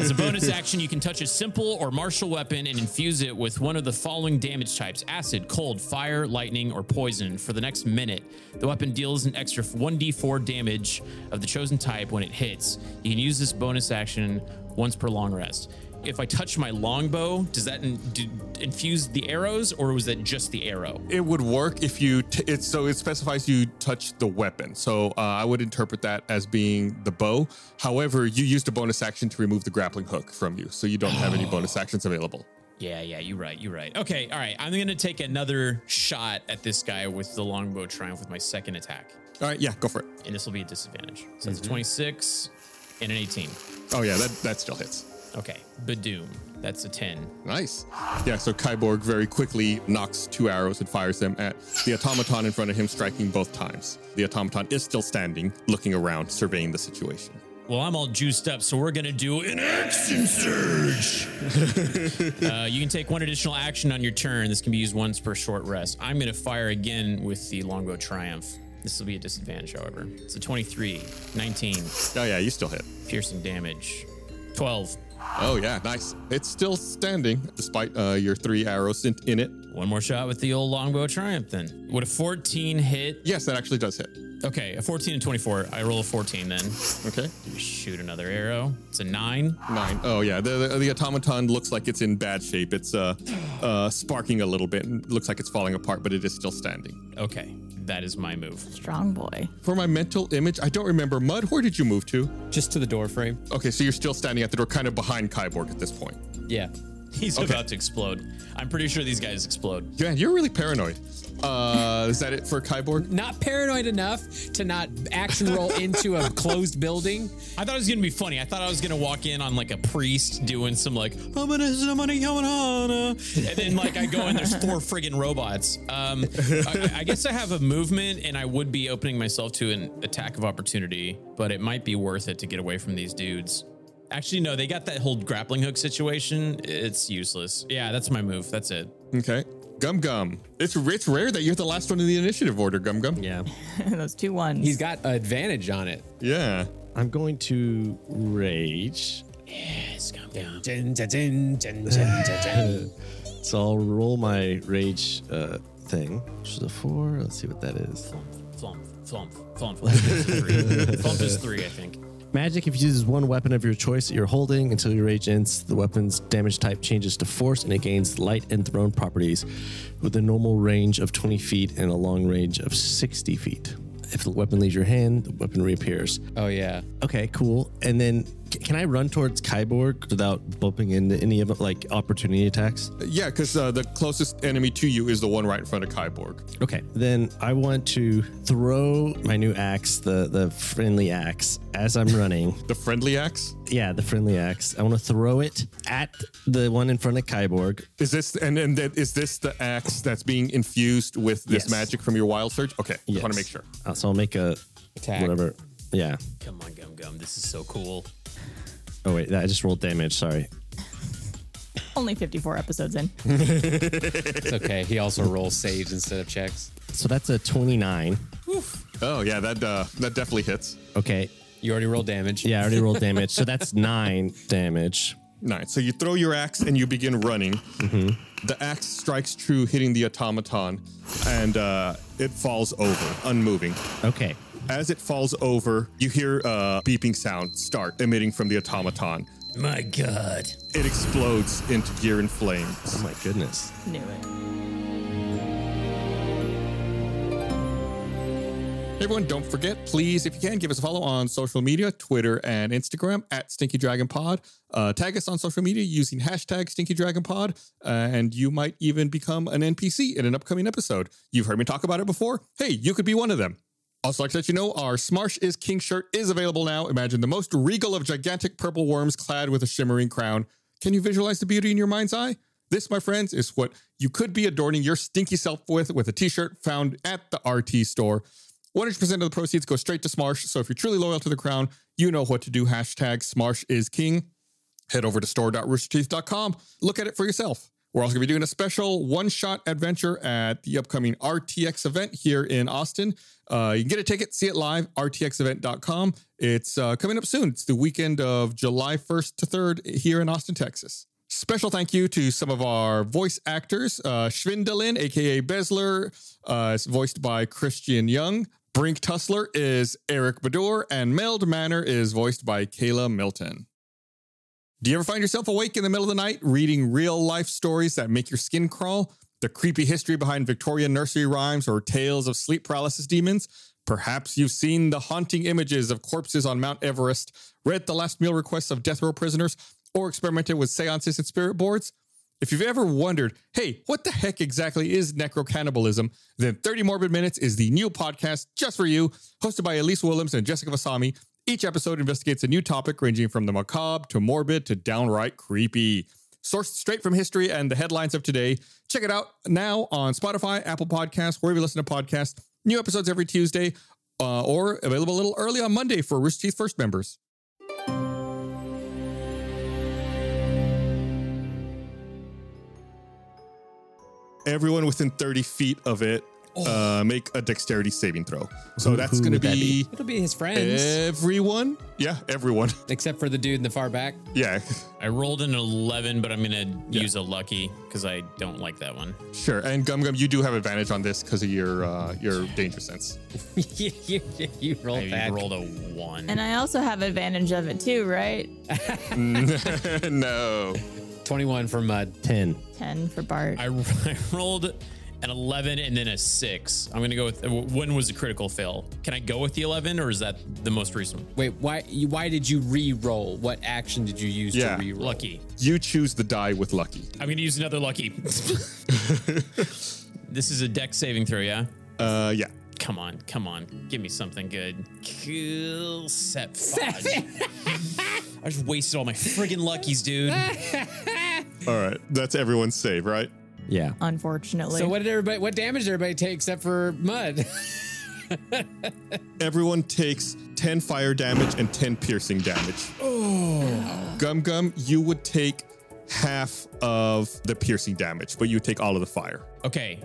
Speaker 12: [LAUGHS]
Speaker 5: As a bonus action, you can touch a simple or martial weapon and infuse it with one of the following damage types acid, cold, fire, lightning, or poison. For the next minute, the weapon deals an extra 1d4 damage of the chosen type when it hits. You can use this bonus action once per long rest. If I touch my longbow, does that in, do, infuse the arrows or was that just the arrow?
Speaker 2: It would work if you. T- it's so it specifies you touch the weapon. So uh, I would interpret that as being the bow.
Speaker 5: [GASPS]
Speaker 2: However, you used a bonus action to remove the grappling hook from you, so you don't have any bonus actions available.
Speaker 5: Yeah, yeah, you're right. You're right. Okay, all right. I'm going to take another shot at this guy with the longbow triumph with my second attack.
Speaker 2: All right, yeah, go for it.
Speaker 5: And this will be a disadvantage. So it's 26 and an 18.
Speaker 2: Mm-hmm. Oh yeah, that that still hits.
Speaker 5: Okay, Badoom. That's a 10.
Speaker 2: Nice. Yeah, so Kyborg very quickly knocks two arrows and fires them at the automaton in front of him, striking both times. The automaton is still standing, looking around, surveying the situation.
Speaker 5: Well, I'm all juiced up, so we're going to do an
Speaker 2: [LAUGHS]
Speaker 5: action surge. uh, you can take one additional action on your turn. This can be used once per short rest. I'm going to fire again with the longbow triumph. This will be a disadvantage, however. It's a 23, 19,
Speaker 2: Oh yeah, you still hit.
Speaker 5: piercing damage, 12.
Speaker 2: Oh yeah, nice. It's still standing despite uh, your three arrows in, in it.
Speaker 5: One more shot with the old longbow triumph then. Would a 14 hit?
Speaker 2: Yes, that actually does hit.
Speaker 5: Okay, a 14 and 24. I roll a 14 then.
Speaker 2: Okay,
Speaker 5: Shoot another arrow. It's a 9.
Speaker 2: nine. Oh yeah, the, the, the automaton looks like it's in bad shape. It's uh, uh, sparking a little bit. and Looks like it's falling apart, but it is still standing.
Speaker 5: Okay, that is my move.
Speaker 10: Strong boy.
Speaker 2: For my mental image, I don't remember. Mud, where did you move to?
Speaker 3: Just to the door frame.
Speaker 2: Okay, so you're still standing at the door, kind of behind Kyborg at this point.
Speaker 3: Yeah.
Speaker 5: [LAUGHS] He's about to explode. I'm pretty sure these guys explode.
Speaker 2: Yeah, you're really paranoid. Uh, is that it for Kyborg?
Speaker 3: Not paranoid enough to not action roll into a
Speaker 2: [LAUGHS]
Speaker 3: closed building.
Speaker 5: I thought it was gonna be funny. I thought I was gonna walk in on like a priest doing some like [LAUGHS] I'm gonna I'm gonna I'm gonna and then like I go in there's [LAUGHS] four friggin' robots. Um, I, I guess I have a movement and I would be opening myself to an attack of opportunity, but it might be worth it to get away from these dudes. Actually, no, they got that whole grappling hook situation. It's useless. Yeah, that's my move. That's it.
Speaker 2: Okay. Gum Gum. It's, it's rare that you're the last one in the initiative order, Gum Gum.
Speaker 8: Yeah.
Speaker 10: [LAUGHS] Those two ones.
Speaker 3: He's got advantage on it.
Speaker 2: Yeah.
Speaker 8: I'm going to rage.
Speaker 5: Yes, calm down.
Speaker 3: Dun, dun, dun, dun, dun, dun, dun.
Speaker 8: [LAUGHS] So I'll roll my rage uh, thing, which is a four. Let's see what that is.
Speaker 5: Flump, flump, flump, flump. is three. flump is three, I think.
Speaker 8: Magic, if you use one weapon of your choice that you're holding until your rage ends, the weapon's damage type changes to force and it gains light and thrown properties with a normal range of 20 feet and a long range of 60 feet. If the weapon leaves your hand, the weapon reappears.
Speaker 3: Oh, yeah.
Speaker 8: Okay, cool. And then c- can I run towards Kyborg without bumping into any of like opportunity attacks?
Speaker 2: Yeah, because uh, the closest enemy to you is the one right in front of Kyborg.
Speaker 8: Okay, then I want to throw my new axe, the the friendly axe,
Speaker 2: [LAUGHS]
Speaker 8: as I'm running.
Speaker 2: The friendly axe?
Speaker 8: yeah, the friendly axe. I want to throw it at the one in front of Kyborg.
Speaker 2: Is this and, and that is this the axe that's being infused with this
Speaker 8: Yes.
Speaker 2: magic from your wild surge? Okay, I want
Speaker 8: Yes.
Speaker 2: to make sure.
Speaker 8: Uh, so I'll make a
Speaker 3: Attack.
Speaker 8: whatever. Yeah.
Speaker 5: Come on, Gum Gum. This is so cool.
Speaker 8: Oh wait, that I just rolled damage. Sorry.
Speaker 10: Only 54 episodes in.
Speaker 3: It's okay. He also rolls saves instead of checks.
Speaker 8: So that's a 29.
Speaker 2: Oh yeah, that uh, that definitely hits.
Speaker 8: Okay.
Speaker 3: You already rolled damage.
Speaker 8: Yeah, I already rolled damage. So that's nine damage.
Speaker 2: Nice. So you throw your axe and you begin running.
Speaker 8: Mm-hmm.
Speaker 2: The axe strikes true, hitting the automaton, and uh, it falls over, unmoving.
Speaker 8: Okay.
Speaker 2: As it falls over, you hear a beeping sound start emitting from the automaton.
Speaker 5: My God.
Speaker 2: It explodes into gear and flames.
Speaker 8: Oh my goodness.
Speaker 10: Knew it.
Speaker 2: Everyone, don't forget, please, if you can, give us a follow on social media, Twitter and Instagram at Stinky Dragon Pod. Uh, tag us on social media using hashtag Stinky Dragon Pod, uh, and you might even become an NPC in an upcoming episode. You've heard me talk about it before. Hey, you could be one of them. Also, like to let you know, our Smarsh is King shirt is available now. Imagine the most regal of gigantic purple worms clad with a shimmering crown. Can you visualize the beauty in your mind's eye? This, my friends, is what you could be adorning your stinky self with with a t-shirt found at the RT store. 100% of the proceeds go straight to Smarsh. So if you're truly loyal to the crown, you know what to do. Hashtag Smarsh is king. Head over to store.roosterteeth.com. Look at it for yourself. We're also going to be doing a special one shot adventure at the upcoming RTX event here in Austin. Uh, you can get a ticket, see it live, rtxevent.com. It's uh, coming up soon. It's the weekend of July 1st to 3rd here in Austin, Texas. Special thank you to some of our voice actors. Uh, Schwindelin, aka Besler, uh, is voiced by Christian Young. Brink Tussler is Eric Bador, and Meld Manor is voiced by Kayla Milton. Do you ever find yourself awake in the middle of the night reading real life stories that make your skin crawl? The creepy history behind Victorian nursery rhymes or tales of sleep paralysis demons? Perhaps you've seen the haunting images of corpses on Mount Everest, read the last meal requests of death row prisoners, or experimented with seances and spirit boards? If you've ever wondered, hey, what the heck exactly is necrocannibalism? Then 30 Morbid Minutes is the new podcast just for you, hosted by Elise Williams and Jessica Vasami. Each episode investigates a new topic ranging from the macabre to morbid to downright creepy. Sourced straight from history and the headlines of today. Check it out now on Spotify, Apple Podcasts, wherever you listen to podcasts. New episodes every Tuesday uh, or available a little early on Monday for Rooster Teeth First members. Everyone within 30 feet of it
Speaker 3: Oh.
Speaker 2: uh, make a dexterity saving throw. So
Speaker 8: Who-
Speaker 2: that's
Speaker 8: who
Speaker 2: going to
Speaker 8: would that
Speaker 2: be,
Speaker 3: It'll be his friends,
Speaker 2: everyone. Yeah, everyone. [LAUGHS]
Speaker 3: except for the dude in the far back.
Speaker 2: Yeah,
Speaker 5: I rolled an 11, but I'm going to use a lucky because I don't like that one.
Speaker 2: sure. And Gum Gum, you do have advantage on this because of your uh, your danger sense.
Speaker 3: [LAUGHS] you, you, you rolled
Speaker 5: I
Speaker 3: that.
Speaker 5: rolled a 1.
Speaker 10: And I also have advantage of it too, right?
Speaker 2: [LAUGHS]
Speaker 3: [LAUGHS]
Speaker 2: no.
Speaker 3: 21 for Mud.
Speaker 8: 10.
Speaker 10: 10 for Bart.
Speaker 5: I, [LAUGHS] I rolled an 11 and then a 6. I'm going to go with when was the critical fail? Can I go with the 11 or is that the most recent?
Speaker 3: Wait, why you- why did you re-roll? What action did you use
Speaker 2: Yeah.
Speaker 3: to re-roll?
Speaker 5: Lucky.
Speaker 2: You choose the die with lucky.
Speaker 5: I'm going to use another lucky. [LAUGHS] this is a deck saving throw, yeah?
Speaker 2: Uh, yeah.
Speaker 5: Come on, come on. Give me something good. Kill Sep Fudge. I just wasted all my friggin' luckies,
Speaker 3: [LAUGHS]
Speaker 5: dude.
Speaker 2: All right. That's everyone's save, right?
Speaker 8: Yeah.
Speaker 10: Unfortunately.
Speaker 3: So what did everybody? What damage did everybody take except for [LAUGHS] Mud?
Speaker 2: Everyone takes 10 fire damage and 10 piercing damage. [LAUGHS] Oh. Gum Gum, you would take half of the piercing damage, but you take all of the fire.
Speaker 5: Okay.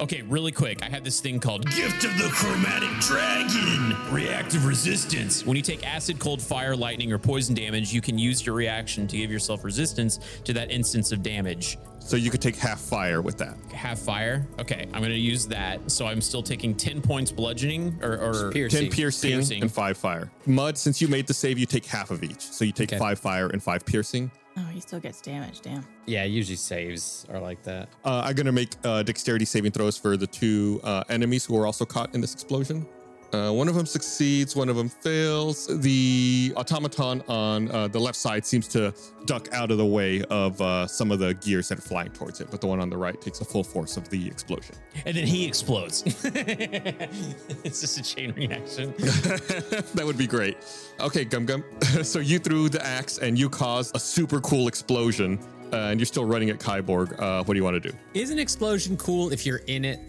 Speaker 5: Okay, really quick. I have this thing called Gift of the Chromatic Dragon Reactive Resistance. When you take acid, cold, fire, lightning, or poison damage, you can use your reaction to give yourself resistance to that instance of damage.
Speaker 2: So you could take half fire with that.
Speaker 5: Have fire. Okay, I'm going to use that. So I'm still taking 10 points bludgeoning or, or
Speaker 3: Pierce.
Speaker 2: 10 piercing,
Speaker 5: Piercing.
Speaker 2: and 5 fire. Mud, since you made the save, you take half of each. So you take
Speaker 3: Okay.
Speaker 2: 5 fire and 5 piercing.
Speaker 10: oh, he still gets damage. Damn.
Speaker 3: yeah, usually saves are like that.
Speaker 2: Uh, I'm going to make uh, dexterity saving throws for the two uh, enemies who are also caught in this explosion. Uh, one of them succeeds, one of them fails. The automaton on uh, the left side seems to duck out of the way of uh, some of the gears that are flying towards it, but the one on the right takes the full force of the explosion.
Speaker 5: and then he [LAUGHS] explodes. it's just a chain reaction.
Speaker 2: [LAUGHS] that would be great. Okay, Gum Gum. [LAUGHS] so you threw the axe and you caused a super cool explosion, uh, and you're still running at Kyborg. Uh, what do you want to do?
Speaker 3: Is an explosion cool if you're in it?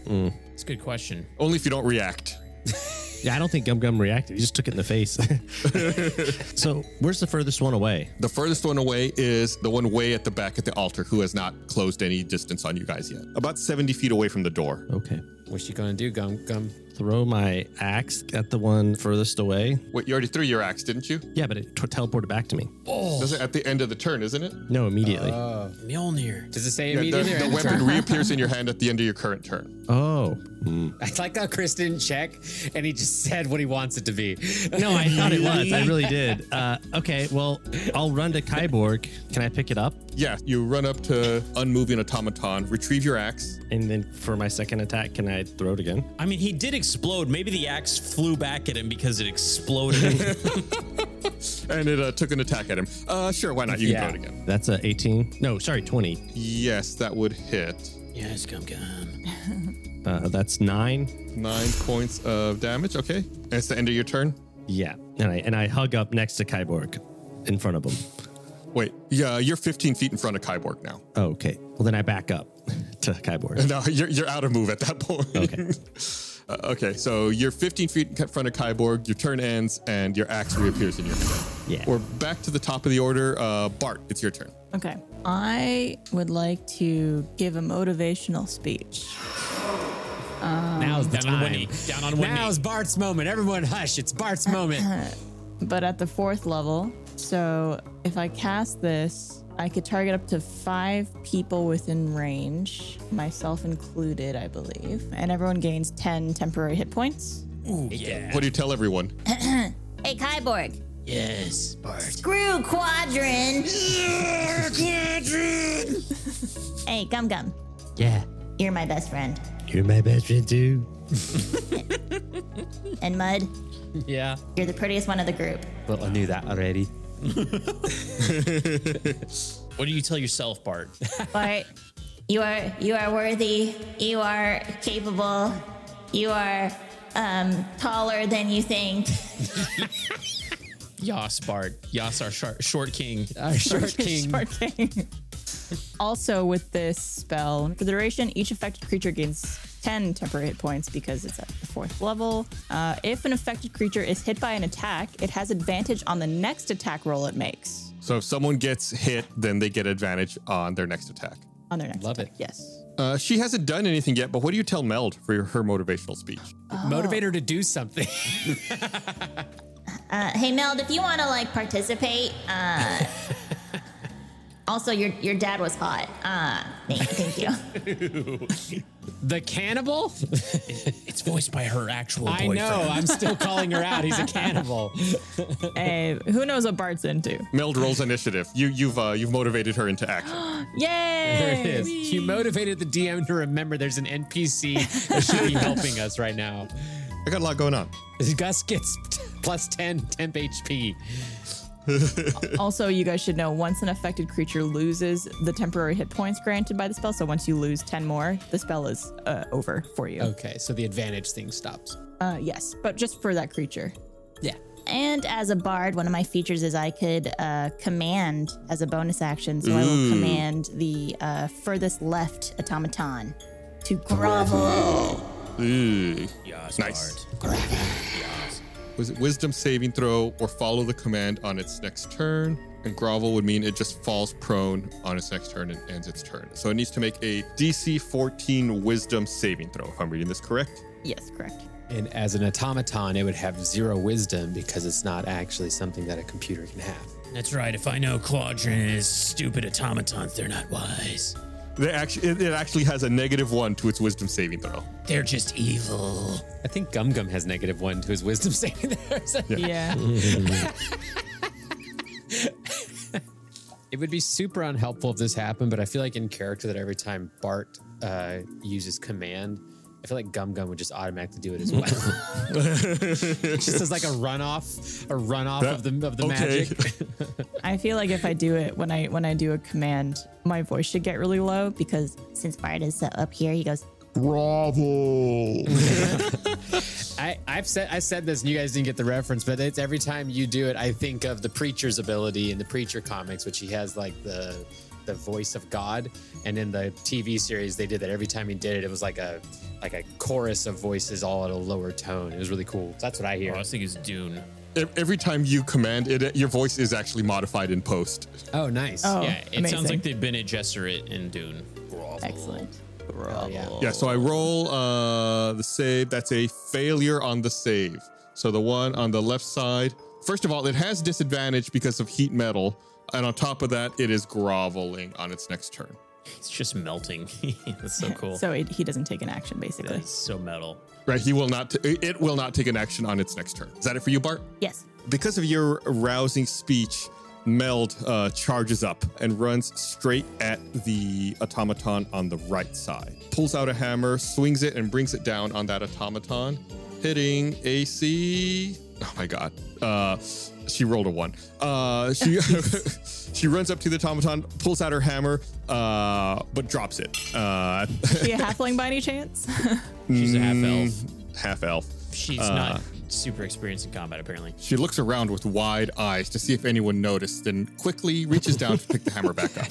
Speaker 5: It's a good question.
Speaker 2: Only if you don't react.
Speaker 8: Yeah, I don't think Gum Gum reacted. He just took it in
Speaker 2: [LAUGHS]
Speaker 8: the face. so, where's the furthest one away?
Speaker 2: The furthest one away is the one way at the back at the altar who has not closed any distance on you guys yet. About 70 feet away from the door.
Speaker 8: Okay.
Speaker 3: What's she gonna do? Gum gum.
Speaker 8: Throw my axe at the one furthest away.
Speaker 2: Wait, you already threw your axe, didn't you?
Speaker 8: Yeah, but it t- teleported back to me.
Speaker 2: That's at the end of the turn, isn't it?
Speaker 8: No, immediately.
Speaker 5: Mjolnir.
Speaker 3: Does it say
Speaker 2: Yeah, the
Speaker 3: immediately? or
Speaker 2: the
Speaker 3: end of turn?
Speaker 2: weapon
Speaker 8: [LAUGHS]
Speaker 2: reappears in your hand at the end of your current turn.
Speaker 8: oh.
Speaker 2: Hmm.
Speaker 3: I like how Chris didn't check and he just said what he wants it to be.
Speaker 8: No, I thought it was. I
Speaker 3: [LAUGHS]
Speaker 8: really did. Uh, okay, well, I'll run to Kyborg. Can I pick it up?
Speaker 2: Yeah, you run up to unmoving automaton, retrieve your axe.
Speaker 8: And then for my second attack, can I throw it again?
Speaker 5: I mean, he did explode. Maybe the axe flew back at him because
Speaker 2: [LAUGHS]
Speaker 5: it exploded.
Speaker 2: And it uh, took an attack at him. Uh, sure, why not? You can
Speaker 3: Yeah.
Speaker 2: throw it again.
Speaker 8: That's a 18. No, sorry, 20.
Speaker 2: Yes, that would hit.
Speaker 5: yes, come, come.
Speaker 8: Uh, that's nine.
Speaker 2: Nine points of damage. Okay. And it's the end of your turn.
Speaker 8: Yeah. And I and I hug up next to Kyborg in front of him.
Speaker 2: Wait, yeah, you're 15 feet in front of Kyborg now.
Speaker 8: Oh, okay. Well, then I back up [LAUGHS] to
Speaker 2: [LAUGHS]
Speaker 8: Kyborg.
Speaker 2: No, you're, you're out of move at that point.
Speaker 8: Okay.
Speaker 2: [LAUGHS] Uh, okay, so you're 15 feet in front of Kyborg, your turn ends, and your axe reappears in your hand.
Speaker 8: Yeah.
Speaker 2: We're back to the top of the order. Uh, Bart, it's your turn.
Speaker 10: Okay. I would like to give a motivational speech. Um,
Speaker 3: Now's the
Speaker 5: Down on one knee.
Speaker 3: time.
Speaker 5: Down on one
Speaker 3: Now's
Speaker 5: knee.
Speaker 3: Bart's moment. Everyone hush. It's Bart's moment.
Speaker 10: but at the fourth level. So if I cast this, I could target up to five people within range, myself included, I believe. And everyone gains 10 temporary hit points.
Speaker 2: What do you tell everyone?
Speaker 7: [COUGHS] Hey, Kyborg.
Speaker 5: Yes, Bart.
Speaker 7: Screw Quadrin. hey, Gum Gum.
Speaker 8: Yeah.
Speaker 7: You're my best friend.
Speaker 8: You're my best friend too.
Speaker 7: And Mud,
Speaker 3: yeah.
Speaker 7: you're the prettiest one of the group.
Speaker 8: Well, I knew that already.
Speaker 5: [LAUGHS] What do you tell yourself, Bart? [LAUGHS]
Speaker 7: Bart, you are you are worthy. You are capable. You are um, taller than you think.
Speaker 5: Yas, Bart. Yas, our short, short king.
Speaker 3: Our short
Speaker 10: [LAUGHS]
Speaker 3: king.
Speaker 10: Short king. also, with this spell, for the duration, each affected creature gains 10 temporary hit points because it's at the fourth level. Uh, if an affected creature is hit by an attack, it has advantage on the next attack roll it makes
Speaker 2: So if someone gets hit, then they get advantage on their next attack.
Speaker 10: on their next
Speaker 3: Love
Speaker 10: attack.
Speaker 3: it.
Speaker 10: Yes.
Speaker 2: Uh, she hasn't done anything yet, but what do you tell Meld for your- her motivational speech?
Speaker 3: Motivate her to do something. [LAUGHS]
Speaker 7: Uh, hey Meld, if you want to like participate. Uh, also, your your dad was hot. Uh, thank, thank you.
Speaker 3: [LAUGHS] the cannibal?
Speaker 5: [LAUGHS] It's voiced by her actual
Speaker 3: I
Speaker 5: boyfriend.
Speaker 3: know. I'm
Speaker 5: [LAUGHS]
Speaker 3: [LAUGHS] still calling her out. He's a
Speaker 10: [LAUGHS]
Speaker 3: cannibal.
Speaker 10: Hey, Eh, who knows what Bart's into?
Speaker 2: Meld rolls initiative. You, you've uh, you've motivated her into
Speaker 8: [GASPS]
Speaker 2: action. [GASPS]
Speaker 3: There it
Speaker 10: Yay!
Speaker 3: is. He motivated the DM to remember there's an NPC that should be helping us right now.
Speaker 2: I got a lot going on.
Speaker 3: Gus gets [LAUGHS] plus 10
Speaker 2: [LAUGHS]
Speaker 3: temp HP.
Speaker 10: also, you guys should know once an affected creature loses the temporary hit points granted by the spell, so once you lose 10 more, the spell is uh, over for you.
Speaker 3: Okay, so the advantage thing stops.
Speaker 10: Uh, yes, but just for that creature.
Speaker 3: Yeah.
Speaker 7: And as a bard, one of my features is I could uh, command as a bonus action. So I will command the uh, furthest left automaton to grovel.
Speaker 2: Ooh.
Speaker 5: Yas,
Speaker 2: Nice.
Speaker 5: Bart.
Speaker 2: Was it wisdom saving throw or follow the command on its next turn? And grovel would mean it just falls prone on its next turn and ends its turn. So it needs to make a DC 14 wisdom saving throw, if I'm reading this correct.
Speaker 10: Yes, correct.
Speaker 3: And as an automaton, it would have zero wisdom because it's not actually something that a computer can have.
Speaker 5: That's right. If I know Quadrant and his stupid automatons, they're not wise.
Speaker 2: They actually, it, it actually has a negative one to its wisdom saving throw.
Speaker 5: They're just evil.
Speaker 3: I think Gum Gum has negative one to his wisdom [LAUGHS] saving
Speaker 2: [LAUGHS]
Speaker 3: throws.
Speaker 10: Yeah.
Speaker 3: It would be super unhelpful if this happened, but I feel like in character that every time Bart uh, uses command, I feel like Gum Gum would just automatically do
Speaker 2: [LAUGHS]
Speaker 3: it as well. [LAUGHS] just as like a runoff, a runoff
Speaker 2: That-
Speaker 3: of the of the
Speaker 2: okay. [LAUGHS]
Speaker 3: magic.
Speaker 10: I feel like if I do it when I when I do a command, my voice should get really low because
Speaker 7: Since Bard is uh, up here, he goes, [LAUGHS]
Speaker 2: Bravo!
Speaker 3: I, I've said I said this and you guys didn't get the reference, but it's every time you do it, I think of the preacher's ability in the preacher comics, which he has like the the voice of God. And in the TV series, they did that every time he did it. It was like a like a chorus of voices all at a lower tone. It was really cool. So that's what I hear.
Speaker 5: I was thinking it's Dune.
Speaker 2: E-, Every time you command it, your voice is actually modified in post.
Speaker 3: Oh, nice.
Speaker 10: Oh,
Speaker 5: yeah, it
Speaker 10: amazing.
Speaker 5: sounds like they've been a Gesserit in Dune.
Speaker 10: excellent.
Speaker 2: Yeah, so I roll uh, the save. That's a failure on the save. So the one on the left side, first of all, it has disadvantage because of heat metal. And on top of that, it is groveling on its next turn.
Speaker 5: It's just melting. [LAUGHS] That's so cool.
Speaker 10: So it, he doesn't take an action basically.
Speaker 5: That's so metal.
Speaker 2: Right, he will not. T- it will not take an action on its next turn. Is that it for you, Bart?
Speaker 7: yes.
Speaker 2: Because of your rousing speech, Meld uh, charges up and runs straight at the automaton on the right side. Pulls out a hammer, swings it, and brings it down on that automaton, hitting AC. Oh my god. Uh, she rolled a one. Uh, she [LAUGHS] she runs up to the automaton, pulls out her hammer, uh, but drops it. Uh,
Speaker 10: Is she
Speaker 2: [LAUGHS]
Speaker 10: a halfling by any
Speaker 3: [LAUGHS]
Speaker 10: chance?
Speaker 5: She's a half elf.
Speaker 2: Mm, half elf. Uh,
Speaker 5: She's
Speaker 3: Uh.
Speaker 5: not super experienced in combat, apparently.
Speaker 2: She looks around with wide eyes to see if anyone noticed, then quickly reaches down to pick the hammer back up.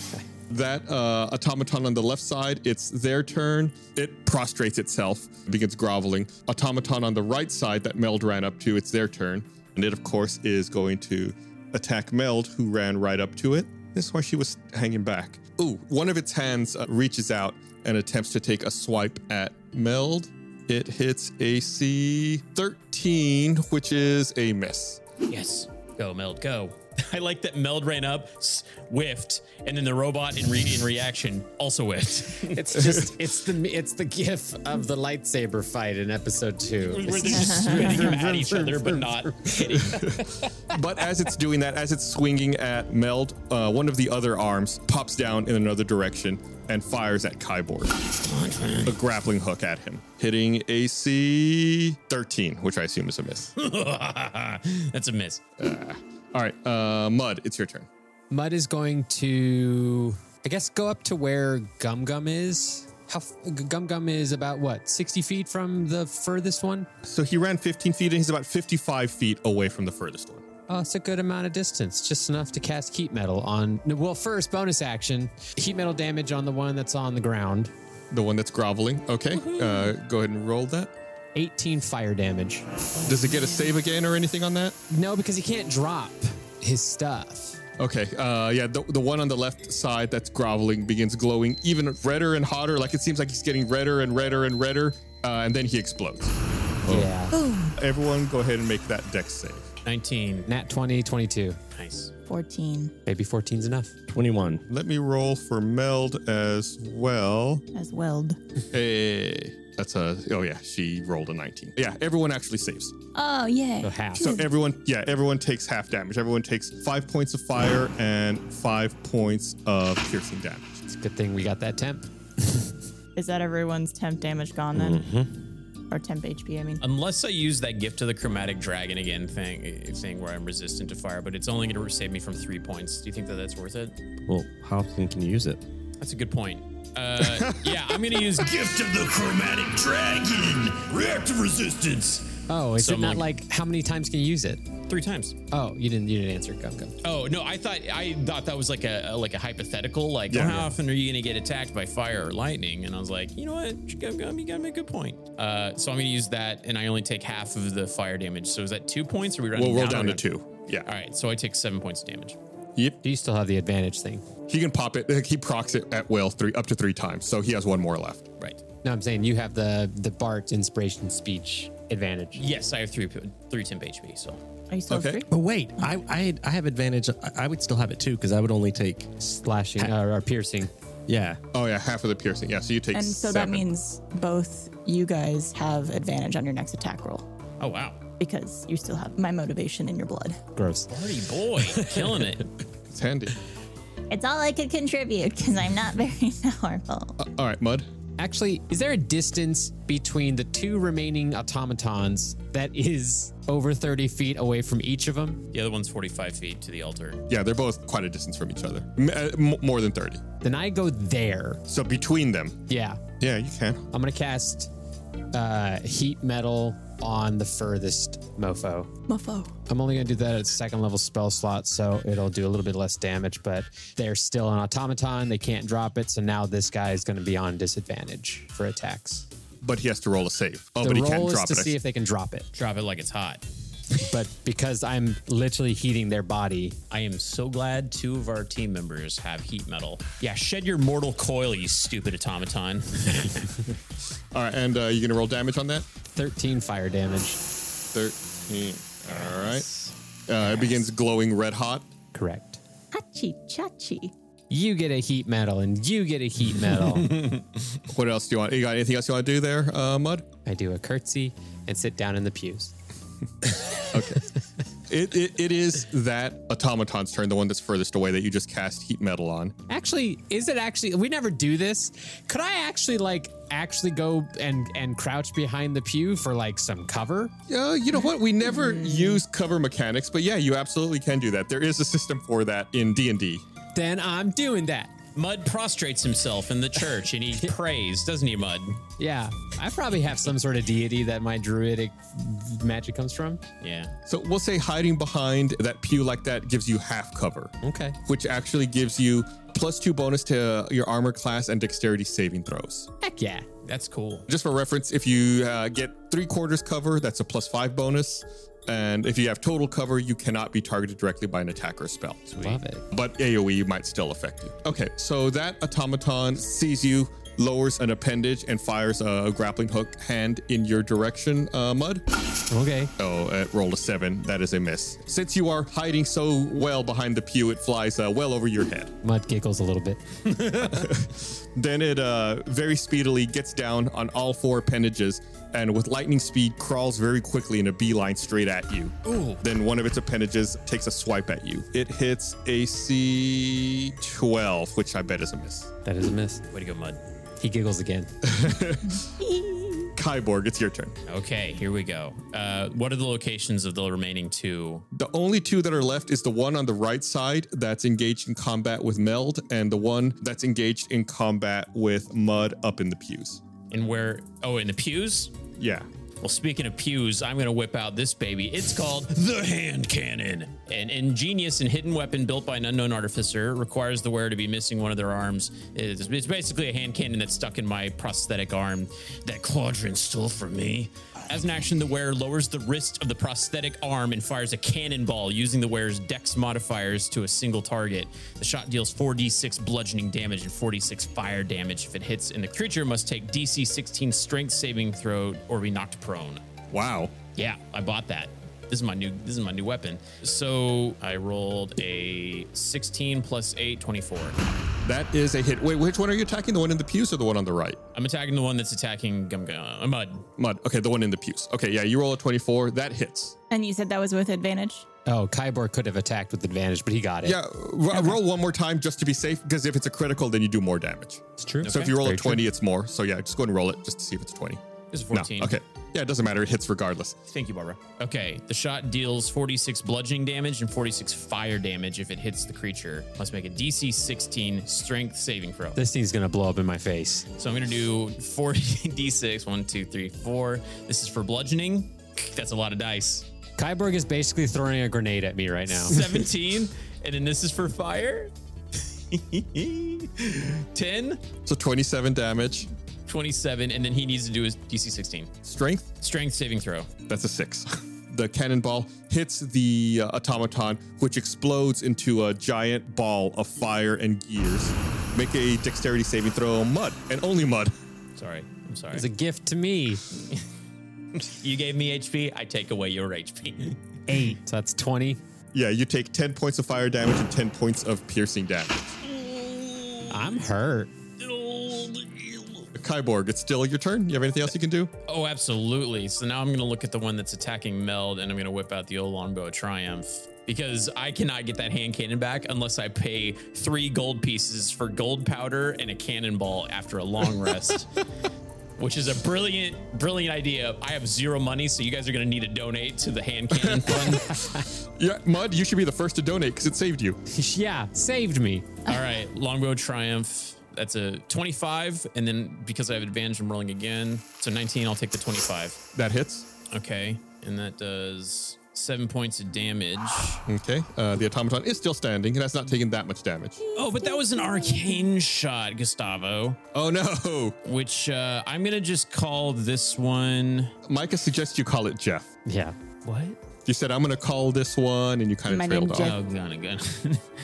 Speaker 2: That uh, automaton on the left side, it's their turn. It prostrates itself, begins groveling. Automaton on the right side that Meld ran up to, it's their turn. And it, of course, is going to attack Meld, who ran right up to it. This is why she was hanging back. Ooh, one of its hands uh, reaches out and attempts to take a swipe at Meld. It hits AC 13, which is a miss.
Speaker 5: Yes. Go, Meld, go. [LAUGHS] I like that Meld ran up, s- whiffed, and then the robot in, re- in reaction also whiffed. [LAUGHS]
Speaker 3: It's just it's the it's the gif of the lightsaber fight in episode two.
Speaker 5: Where they're just spitting them at each other, but not hitting.
Speaker 2: But as it's doing that, as it's swinging at Meld, uh, one of the other arms pops down in another direction and fires at Kyborg. A grappling hook at him, hitting AC 13, which I assume is a miss.
Speaker 5: [LAUGHS] That's a miss.
Speaker 2: All right, uh, Mud, it's your turn.
Speaker 3: Mud is going to, I guess, go up to where Gum Gum is. How f- Gum Gum is about what sixty feet from the furthest one.
Speaker 2: So he ran 15 feet and he's about 55 feet away from the furthest one.
Speaker 3: Oh, it's a good amount of distance, just enough to cast heat metal on. no, Well, first bonus action, heat metal damage on the one that's on the ground.
Speaker 2: The one that's groveling. Okay. Uh, go ahead and roll that.
Speaker 3: 18 fire damage.
Speaker 2: Does it get a save again or anything on that?
Speaker 3: No, because he can't drop his stuff.
Speaker 2: Okay. Uh, yeah, the, the one on the left side that's groveling begins glowing even redder and hotter. Like it seems like he's getting redder and redder and redder. Uh, and then he explodes.
Speaker 3: Yeah.
Speaker 2: Everyone, go ahead and make that dex save.
Speaker 5: 19.
Speaker 3: Nat 20, 22.
Speaker 5: Nice.
Speaker 10: 14
Speaker 3: Maybe 14's enough.
Speaker 8: 21.
Speaker 2: Let me roll for meld as well.
Speaker 10: as weld.
Speaker 2: Hey, that's a. Oh yeah, she rolled a 19. Yeah, everyone actually saves.
Speaker 10: Oh, yay.
Speaker 3: So half.
Speaker 2: So everyone, yeah, everyone takes half damage. Everyone takes five points of fire and five points of piercing damage.
Speaker 3: It's a good thing we got that temp.
Speaker 10: Is that everyone's temp damage gone then?
Speaker 3: Mm-hmm.
Speaker 10: Or temp HP, I mean.
Speaker 5: Unless I use that gift to the chromatic dragon again thing, eh, thing where I'm resistant to fire, but it's only going to save me from three points. Do you think that that's worth it?
Speaker 8: Well, how often can you use it?
Speaker 5: That's a good point. Uh, yeah, I'm going to
Speaker 13: [LAUGHS]
Speaker 5: use
Speaker 13: Gift of the Chromatic Dragon! Reactive resistance!
Speaker 3: Oh, is
Speaker 5: So
Speaker 3: it
Speaker 5: I'm
Speaker 3: not like how many times can you use it?
Speaker 5: three times.
Speaker 3: Oh, you didn't you didn't answer. Go go.
Speaker 5: Oh no, I thought I thought that was like a a- like a hypothetical. Like,
Speaker 2: Yeah.
Speaker 5: how often are you going to get attacked by fire or lightning? And I was like, you know what, Gum Gum, you got to make a good point. Uh, so I'm going to use that, and I only take half of the fire damage. So is that two points? Or are we running?
Speaker 2: We'll roll down
Speaker 5: down
Speaker 2: to
Speaker 5: or not?
Speaker 2: two. Yeah.
Speaker 5: All right, so I take seven points of damage.
Speaker 2: Yep.
Speaker 3: Do you still have the advantage thing?
Speaker 2: He can pop it. He procs it at will three up to three times. So he has one more left.
Speaker 5: Right.
Speaker 3: No, I'm saying you have the the Bart inspiration speech advantage.
Speaker 5: Yes, I have three p- three temp HP. So
Speaker 10: Are you still
Speaker 2: okay.
Speaker 10: free?
Speaker 8: Oh wait, I I, I have advantage. I- I would still have it too because I would only take.
Speaker 3: Slashing
Speaker 8: uh,
Speaker 3: or, or piercing.
Speaker 8: Yeah.
Speaker 2: Oh yeah, half of the piercing. Yeah. So you take.
Speaker 10: And so that
Speaker 2: seven.
Speaker 10: means both you guys have advantage on your next attack roll
Speaker 5: oh wow,
Speaker 10: because you still have my motivation in your blood.
Speaker 3: Gross.
Speaker 5: party boy, killing it.
Speaker 2: [LAUGHS] it's handy.
Speaker 7: It's all I could contribute because I'm not very [LAUGHS] powerful.
Speaker 3: Oh.
Speaker 2: Uh, all right, mud.
Speaker 3: Actually, is there a distance between the two remaining automatons that is over 30 feet away from each of them?
Speaker 5: The other one's 45 feet to the altar.
Speaker 2: Yeah, they're both quite a distance from each other. M- uh, m- more than thirty.
Speaker 3: Then I go there.
Speaker 2: So between them.
Speaker 3: Yeah.
Speaker 2: Yeah, you can.
Speaker 3: I'm going to cast uh, heat metal on the furthest mofo.
Speaker 10: Muffo.
Speaker 3: I'm only going to do that at second level spell slot, so it'll do a little bit less damage, but they're still an automaton. They can't drop it, so now this guy is going to be on disadvantage for attacks.
Speaker 2: But he has to roll a save. Oh,
Speaker 3: The
Speaker 2: but he
Speaker 3: roll
Speaker 2: can't
Speaker 3: is
Speaker 2: drop
Speaker 3: to
Speaker 2: it. I
Speaker 3: see
Speaker 2: see.
Speaker 3: if they can drop it,
Speaker 5: Drop it like it's hot.
Speaker 3: but because I'm literally heating their body,
Speaker 5: I am so glad two of our team members have heat metal. Yeah, shed your mortal coil, you stupid automaton. [LAUGHS]
Speaker 2: All right, and uh, you gonna roll damage on that?
Speaker 3: 13 fire damage.
Speaker 2: 13. All right. Uh, It begins glowing red hot.
Speaker 3: Correct.
Speaker 7: Hachi chachi.
Speaker 3: You get a heat metal, and you get a heat metal.
Speaker 2: [LAUGHS] What else do you want? You got anything else you want to do there, uh, Mud?
Speaker 3: I do a curtsy and sit down in
Speaker 2: [LAUGHS]
Speaker 3: the pews.
Speaker 2: It, it, it is that automaton's turn, the one that's furthest away that you just cast heat metal on.
Speaker 3: Actually, is it actually? We never do this. Could I actually like actually go and and crouch behind the pew for like some cover?
Speaker 2: Uh, you know what? We never use cover mechanics, but yeah, you absolutely can do that. There is a system for that in D and D.
Speaker 3: Then I'm doing that.
Speaker 5: Mud prostrates himself in the church and [LAUGHS] he prays, doesn't he, Mud?
Speaker 3: Yeah, I probably have some sort of deity that my druidic magic comes from.
Speaker 5: Yeah.
Speaker 2: So we'll say hiding behind that pew like that gives you half cover,
Speaker 3: Okay.
Speaker 2: which actually gives you plus two bonus to your armor class and dexterity saving throws.
Speaker 3: Heck yeah.
Speaker 5: That's cool.
Speaker 2: Just for reference, if you uh, get three quarters cover, that's a plus five bonus. And if you have total cover, you cannot be targeted directly by an attack or spell.
Speaker 3: Love it.
Speaker 2: But AoE might still affect you. Okay, so that automaton sees you, lowers an appendage, and fires a grappling hook hand in your direction, uh, Mud.
Speaker 3: Okay.
Speaker 2: Oh, it rolled a seven. That is a miss. Since you are hiding so well behind the pew, it flies uh, well over your head.
Speaker 3: Mud giggles a little bit.
Speaker 2: Then it uh, very speedily gets down on all four appendages and with lightning speed crawls very quickly in a beeline straight at you. Ooh. Then one of its appendages takes a swipe at you. It hits AC 12, which I bet is a miss.
Speaker 3: That is a miss.
Speaker 5: Way to go, Mud.
Speaker 3: He giggles again.
Speaker 2: [LAUGHS] Kyborg, it's your turn.
Speaker 5: Okay, here we go. Uh, what are the locations of the remaining two?
Speaker 2: The only two that are left is the one on the right side that's engaged in combat with Meld, and the one that's engaged in combat with Mud up in the pews.
Speaker 5: And where? Oh, in the pews?
Speaker 2: Yeah.
Speaker 5: Well, speaking of pews, I'm going to whip out this baby. It's called the Hand Cannon. An ingenious and hidden weapon built by an unknown artificer requires the wearer to be missing one of their arms. It's it's basically a hand cannon that's stuck in my prosthetic arm that Quadrant stole from me. As an action, the wearer lowers the wrist of the prosthetic arm and fires a cannonball using the wearer's dex modifiers to a single target. The shot deals 4d6 bludgeoning damage and 46 fire damage if it hits, and the creature must take DC 16 strength saving throw or be knocked prone.
Speaker 2: Wow.
Speaker 5: Yeah, I bought that. This is my new this is my new weapon. So I rolled a 16 plus 8, 24.
Speaker 2: That is a hit. Wait, which one are you attacking? The one in the pews or the one on the right?
Speaker 5: I'm attacking the one that's attacking Gum Gum uh, Mud.
Speaker 2: Mud. Okay, the one in the pews. Okay, yeah, you roll a 24. That hits.
Speaker 10: And you said that was with advantage?
Speaker 3: Oh, Kyborg could have attacked with advantage, but he got it.
Speaker 2: Yeah, ro- roll one more time just to be safe, because if it's a critical, then you do more damage. It's
Speaker 3: true.
Speaker 2: So
Speaker 3: Okay.
Speaker 2: if you roll
Speaker 3: Very
Speaker 2: a 20, it's more. So yeah, just go and roll it just to see if it's 20.
Speaker 5: It's a
Speaker 2: No,
Speaker 5: 14.
Speaker 2: Okay. Yeah, it doesn't matter. It hits regardless.
Speaker 5: Thank you, Barbara. Okay, the shot deals 46 bludgeoning damage and 46 fire damage if it hits the creature. Must make a DC 16 strength saving throw.
Speaker 3: This thing's gonna blow up in my face.
Speaker 5: So I'm going to do [LAUGHS] 4 D6. 1, 2, 3, 4. This is for bludgeoning. That's a lot of dice.
Speaker 3: Kyborg is basically throwing a grenade at me
Speaker 5: [LAUGHS]
Speaker 3: right [LAUGHS] now.
Speaker 5: 17. and then this is for fire. [LAUGHS] 10,
Speaker 2: So 27 damage,
Speaker 5: 27. And then he needs to do his DC 16.
Speaker 2: strength.
Speaker 5: Strength saving throw.
Speaker 2: That's a six. [LAUGHS] The cannonball hits the uh, automaton, which explodes into a giant ball of fire and gears. Make a dexterity saving throw, mud, and only mud.
Speaker 5: Sorry. I'm sorry.
Speaker 3: It's a gift to me.
Speaker 5: [LAUGHS] you gave me HP. I take away your [LAUGHS] HP.
Speaker 3: Eight. So that's 20.
Speaker 2: Yeah, you take 10 points of fire damage and 10 points of piercing damage.
Speaker 3: I'm hurt.
Speaker 2: Kyborg, it's still your turn. You have anything else you can do?
Speaker 5: Oh, absolutely. So now I'm going to look at the one that's attacking Meld and I'm going to whip out the old longbow of triumph because I cannot get that hand cannon back unless I pay three gold pieces for gold powder and a cannonball after a long rest. Which is a brilliant, brilliant idea. I have zero money, so you guys are gonna need to donate to the hand cannon fund.
Speaker 2: Yeah, Mud, you should be the first to donate because it saved you.
Speaker 3: [LAUGHS] yeah, saved me.
Speaker 5: All right, longbow triumph. That's a 25, and then because I have advantage, I'm rolling again. So 19, I'll take the 25.
Speaker 2: That hits.
Speaker 5: Okay, and that does seven points of damage.
Speaker 2: Okay. Uh, the automaton is still standing and has not taken that much damage.
Speaker 5: Oh, but that was an arcane shot, Gustavo.
Speaker 2: Oh, no.
Speaker 5: Which uh, I'm gonna just call this one.
Speaker 2: Micah suggests you call it Jeff.
Speaker 3: Yeah. What?
Speaker 2: You said, I'm going to call this one, and you kind
Speaker 7: My
Speaker 2: of
Speaker 7: name
Speaker 2: trailed off.
Speaker 7: Jeff.
Speaker 5: Oh, gun, gun. [LAUGHS]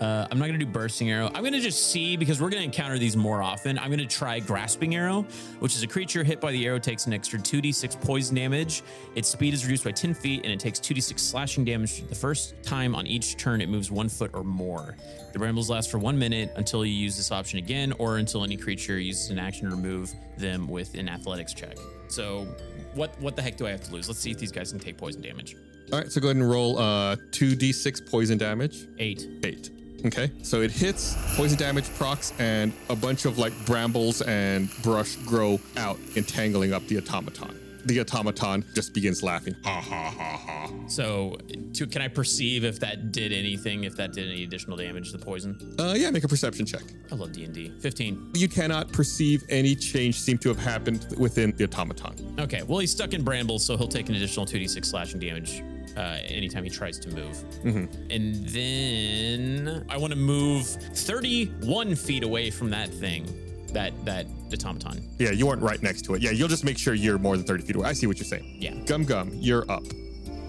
Speaker 5: Uh, I'm not gonna do bursting arrow. I'm gonna just see because we're gonna encounter these more often. I'm gonna try grasping arrow, which is a creature hit by the arrow takes an extra 2d6 poison damage. Its speed is reduced by 10 feet, and it takes 2d6 slashing damage the first time on each turn it moves one foot or more. The brambles last for one minute until you use this option again, or until any creature uses an action to remove them with an athletics check. So, what what the heck do I have to lose? Let's see if these guys can take poison damage.
Speaker 2: All right, so go ahead and roll uh, 2d6 poison damage.
Speaker 5: Eight.
Speaker 2: Eight. Okay, so it hits, poison damage procs, and a bunch of like brambles and brush grow out, entangling up the automaton. The automaton just begins laughing.
Speaker 4: Ha ha ha ha.
Speaker 5: So, to, can I perceive if that did anything? If that did any additional damage to the poison?
Speaker 2: Uh, yeah, make a perception check.
Speaker 5: I love D and D. Fifteen.
Speaker 2: You cannot perceive any change seem to have happened within the automaton.
Speaker 5: Okay. Well, he's stuck in brambles, so he'll take an additional two d six slashing damage uh, anytime he tries to move.
Speaker 2: Mm-hmm.
Speaker 5: And then I want to move thirty one feet away from that thing, that that automaton.
Speaker 2: Yeah, you aren't right next to it. Yeah, you'll just make sure you're more than 30 feet away. I see what you're saying.
Speaker 5: Yeah.
Speaker 2: Gum Gum, you're up.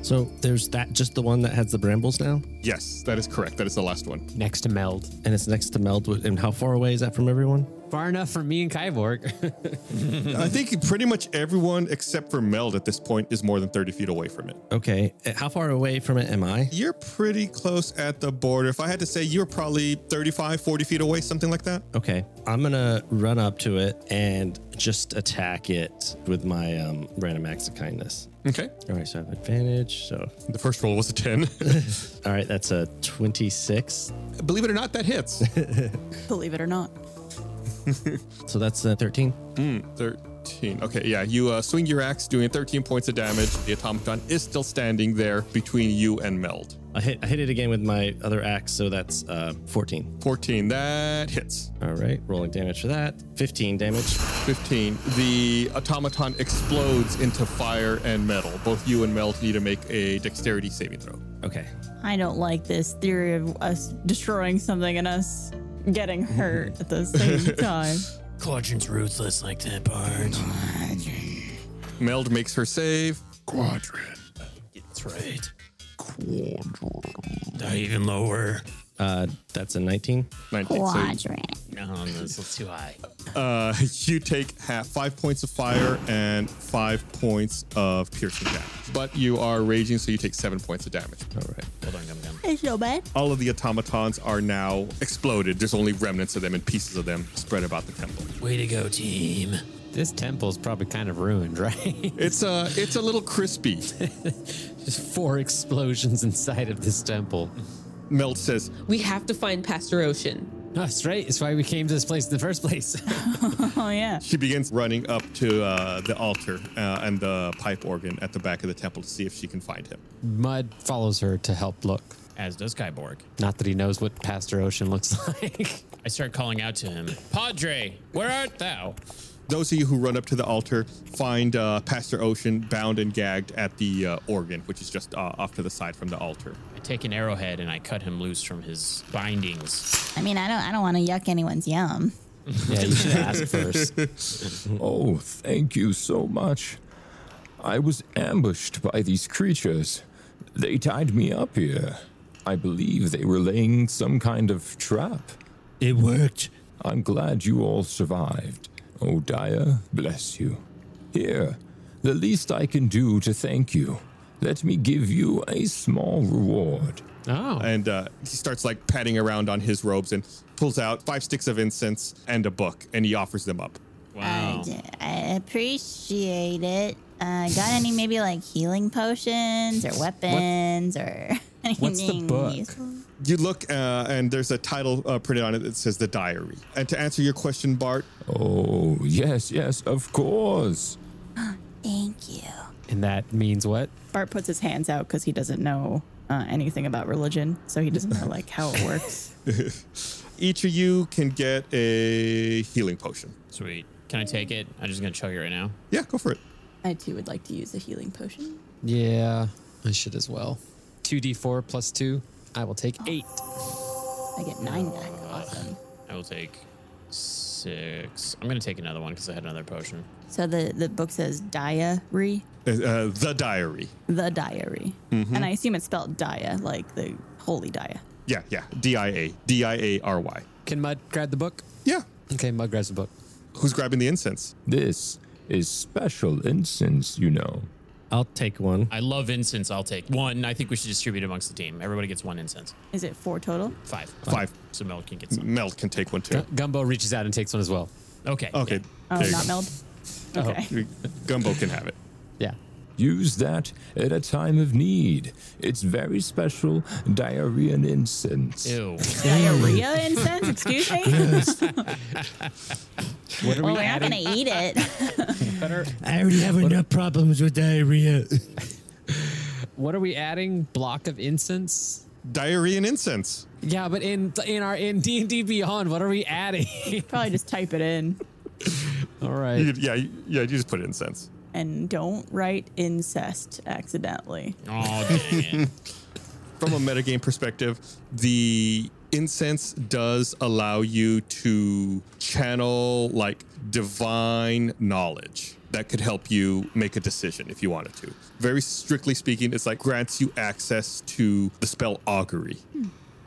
Speaker 8: So there's that, just the one that has the brambles now,
Speaker 2: Yes, that is correct. That is the last one.
Speaker 3: Next to Meld.
Speaker 8: and it's next to Meld. And how far away is that from everyone?
Speaker 3: Far enough for me and Kyborg.
Speaker 2: [LAUGHS]
Speaker 3: [LAUGHS]
Speaker 2: I think pretty much everyone except for Meld at this point is more than 30 feet away from it.
Speaker 8: Okay, uh, how far away from it am I?
Speaker 2: You're pretty close at the border. If I had to say, you're probably 35, 40 feet away, something like that.
Speaker 8: Okay, I'm gonna run up to it and just attack it with my um, random acts of
Speaker 3: [LAUGHS]
Speaker 8: kindness.
Speaker 2: Okay.
Speaker 8: All right, so I have advantage. So,
Speaker 2: The first roll was a 10.
Speaker 8: [LAUGHS] all right, that's a 26.
Speaker 2: Believe it or not, that
Speaker 8: [LAUGHS]
Speaker 2: hits.
Speaker 10: Believe it or not.
Speaker 8: uh, So that's a 13.
Speaker 2: 13 13. Hmm, Okay, yeah, you uh, swing your axe, doing 13 points of damage. The automaton is still standing there between you and Meld.
Speaker 8: I hit, I hit it again with my other axe, so that's uh, 14.
Speaker 2: 14, that hits.
Speaker 8: All right, rolling damage for that. 15 damage.
Speaker 2: 15. The automaton explodes into fire and metal. Both you and Meld need to make a dexterity saving throw.
Speaker 8: Okay.
Speaker 10: I don't like this theory of us destroying something and us
Speaker 2: [LAUGHS]
Speaker 10: getting hurt at the same time.
Speaker 5: [LAUGHS]
Speaker 13: Quadrant's ruthless like that part.
Speaker 2: Meld makes her save.
Speaker 13: Quadrant. That's right. Quadrant. Die even lower.
Speaker 8: Uh, that's a 19.
Speaker 2: 19. So
Speaker 5: No, this is too high.
Speaker 2: uh, [LAUGHS] you take half five points of fire and five points of piercing damage. But you are raging, so you take seven points of damage.
Speaker 8: All right.
Speaker 5: Hold on, gum gum.
Speaker 7: It's no bad.
Speaker 2: All of the automatons are now exploded. There's only remnants of them and pieces of them spread about the temple.
Speaker 13: Way to go, team.
Speaker 3: This temple's probably [LAUGHS] kind of ruined, right?
Speaker 2: It's a it's a little crispy.
Speaker 3: [LAUGHS] Just four explosions inside of this temple.
Speaker 2: Melt says,
Speaker 6: We have to find Pastor Ocean.
Speaker 3: That's right. It's why we came to this place in the first place.
Speaker 10: [LAUGHS] oh yeah.
Speaker 2: She begins running up to uh, the altar uh, and the pipe organ at the back of the temple to see if she can find him.
Speaker 3: Mud follows her to help look.
Speaker 5: As does Kyborg.
Speaker 3: Not that he knows what Pastor Ocean looks like.
Speaker 5: I start calling out to him. Padre, where art thou?
Speaker 2: Those of you who run up to the altar find uh, Pastor Ocean bound and gagged at the uh, organ, which is just uh, off to the side from the altar.
Speaker 5: I take an arrowhead and I cut him loose from his bindings.
Speaker 7: I mean, I don't I don't want to yuck anyone's yum.
Speaker 3: yeah, you should ask first.
Speaker 13: [LAUGHS]
Speaker 14: Oh, thank you so much. I was ambushed by these creatures. They tied me up here. I believe they were laying some kind of trap.
Speaker 13: It worked.
Speaker 14: I'm glad you all survived. Oh, Dyer, bless you. Here, the least I can do to thank you. Let me give you a small reward.
Speaker 3: Oh,
Speaker 2: And uh, he starts like patting around on his robes and pulls out five sticks of incense and a book, and he offers them up.
Speaker 5: Wow.
Speaker 7: I, I appreciate it. Uh, got any maybe like healing potions or weapons or [LAUGHS] anything
Speaker 8: what's the book?
Speaker 7: useful?
Speaker 2: You look, uh, and there's a title uh, printed on it that says "The Diary." And to answer your question, Bart,
Speaker 14: Oh, yes, yes, of course.
Speaker 7: Thank you.
Speaker 3: and that means
Speaker 2: [LAUGHS]
Speaker 3: what?
Speaker 10: Bart puts his hands out because he doesn't know uh, anything about religion, so he doesn't know like how it works.
Speaker 2: each of you can get a healing potion.
Speaker 5: Sweet. Can I take it? I'm just gonna chug it right now.
Speaker 2: [LAUGHS] Yeah, go for it.
Speaker 10: I too would like to use a healing potion.
Speaker 3: Yeah, I should as well. 2d4 plus 2. I will take 8.
Speaker 10: I get nine back. Awesome.
Speaker 5: Uh, I will take six. I'm gonna take another one because I had another potion.
Speaker 10: So the the book says diary,
Speaker 2: Uh, uh, the Diary.
Speaker 10: the diary, and I assume it's spelled dia, like the holy dia.
Speaker 2: Yeah, yeah. D I A. D I A R Y.
Speaker 3: Can Mud grab the book?
Speaker 2: Yeah.
Speaker 3: Okay, Mud grabs the book.
Speaker 2: Who's grabbing the incense?
Speaker 14: This is special incense, you know.
Speaker 8: I'll take one.
Speaker 5: I love incense. I'll take one. I think we should distribute amongst the team. Everybody gets one incense.
Speaker 10: Is it four total?
Speaker 5: Five.
Speaker 2: Five.
Speaker 5: So Mel can get some.
Speaker 2: Mel can take one too.
Speaker 3: Gumbo reaches out and takes one as well. Oh.
Speaker 5: Okay.
Speaker 2: Okay.
Speaker 10: Oh,
Speaker 2: there you
Speaker 10: not
Speaker 2: go.
Speaker 10: meld. Okay.
Speaker 2: [LAUGHS] Gumbo can
Speaker 3: [LAUGHS]
Speaker 2: have it.
Speaker 3: Yeah.
Speaker 14: Use that at a time of need. It's very special diarrhea and incense.
Speaker 5: Yeah. Ew.
Speaker 10: [LAUGHS] Diarrhea incense. Excuse me. [LAUGHS]
Speaker 3: What are
Speaker 7: Well,
Speaker 3: we
Speaker 7: we're not
Speaker 3: adding?
Speaker 7: gonna eat it. [LAUGHS]
Speaker 13: I already have enough problems with diarrhea.
Speaker 3: What are we adding? Block of incense?
Speaker 2: Diary and incense.
Speaker 3: Yeah, but in in our in D and D Beyond, what are we adding?
Speaker 10: [LAUGHS] Probably just type it in
Speaker 2: You
Speaker 3: All right,
Speaker 2: could- yeah, you- yeah. You just put incense.
Speaker 10: and don't write incest accidentally.
Speaker 5: Oh dang it.
Speaker 2: [LAUGHS] From a metagame perspective, the incense does allow you to channel like divine knowledge that could help you make a decision if you wanted to. Very strictly speaking, it's like grants you access to the spell augury.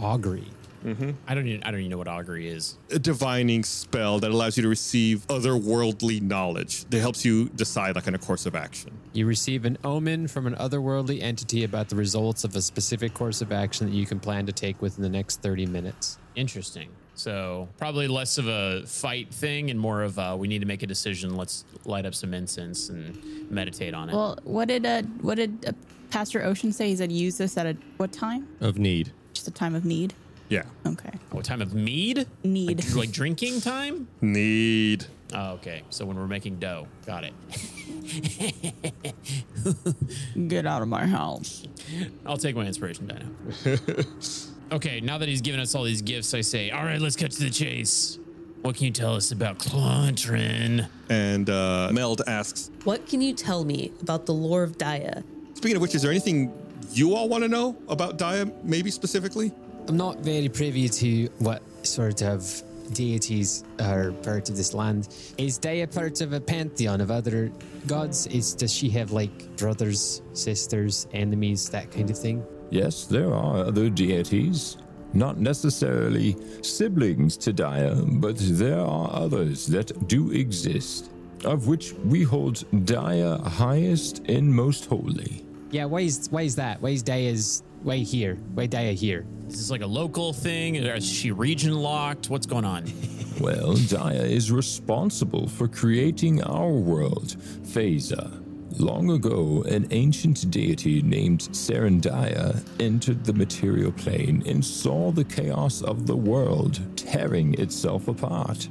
Speaker 3: augury.
Speaker 5: Mm-hmm. I don't even. I don't even know what augury is.
Speaker 2: a divining spell that allows you to receive otherworldly knowledge that helps you decide like on a course of
Speaker 5: [LAUGHS]
Speaker 2: action.
Speaker 3: You receive an omen from an otherworldly entity about the results of a specific course of action that you can plan to take within the next thirty minutes.
Speaker 5: Interesting. So probably less of a fight thing and more of a, we need to make a decision. Let's light up some incense and meditate on it.
Speaker 10: Well, what did uh, what did uh, Pastor Ocean say? He said use this at a what time?
Speaker 8: Of need.
Speaker 10: Just a time of need.
Speaker 2: Yeah.
Speaker 10: Okay.
Speaker 5: what time of mead?
Speaker 10: Need.
Speaker 5: Like, like drinking time?
Speaker 2: Need.
Speaker 5: Oh, okay. So when we're making dough, got it. [LAUGHS]
Speaker 10: Get out of my house.
Speaker 5: I'll take my inspiration, Dino. okay, now that he's given us all these gifts, I say, all right, let's cut to the chase. What can you tell us about Clantrin?
Speaker 2: And uh, Meld asks,
Speaker 6: What can you tell me about the lore of Daya?
Speaker 2: Speaking of which, is there anything you all want to know about Daya, maybe specifically?
Speaker 3: I'm not very privy to what sort of deities are part of this land. Is Daya part of a pantheon of other gods? Is does she have like brothers, sisters, enemies, that kind of thing?
Speaker 14: Yes, there are other deities, not necessarily siblings to Daya, but there are others that do exist, of which we hold Daya highest and most holy.
Speaker 3: Yeah, why is why is that? Why is Daya's why here? Why Daya here?
Speaker 5: Is this like a local thing? Is she region locked? What's going on?
Speaker 14: Well, Daya is responsible for creating our world, Phaza. Long ago, an ancient deity named Serendaya entered the material plane and saw the chaos of the world tearing itself apart.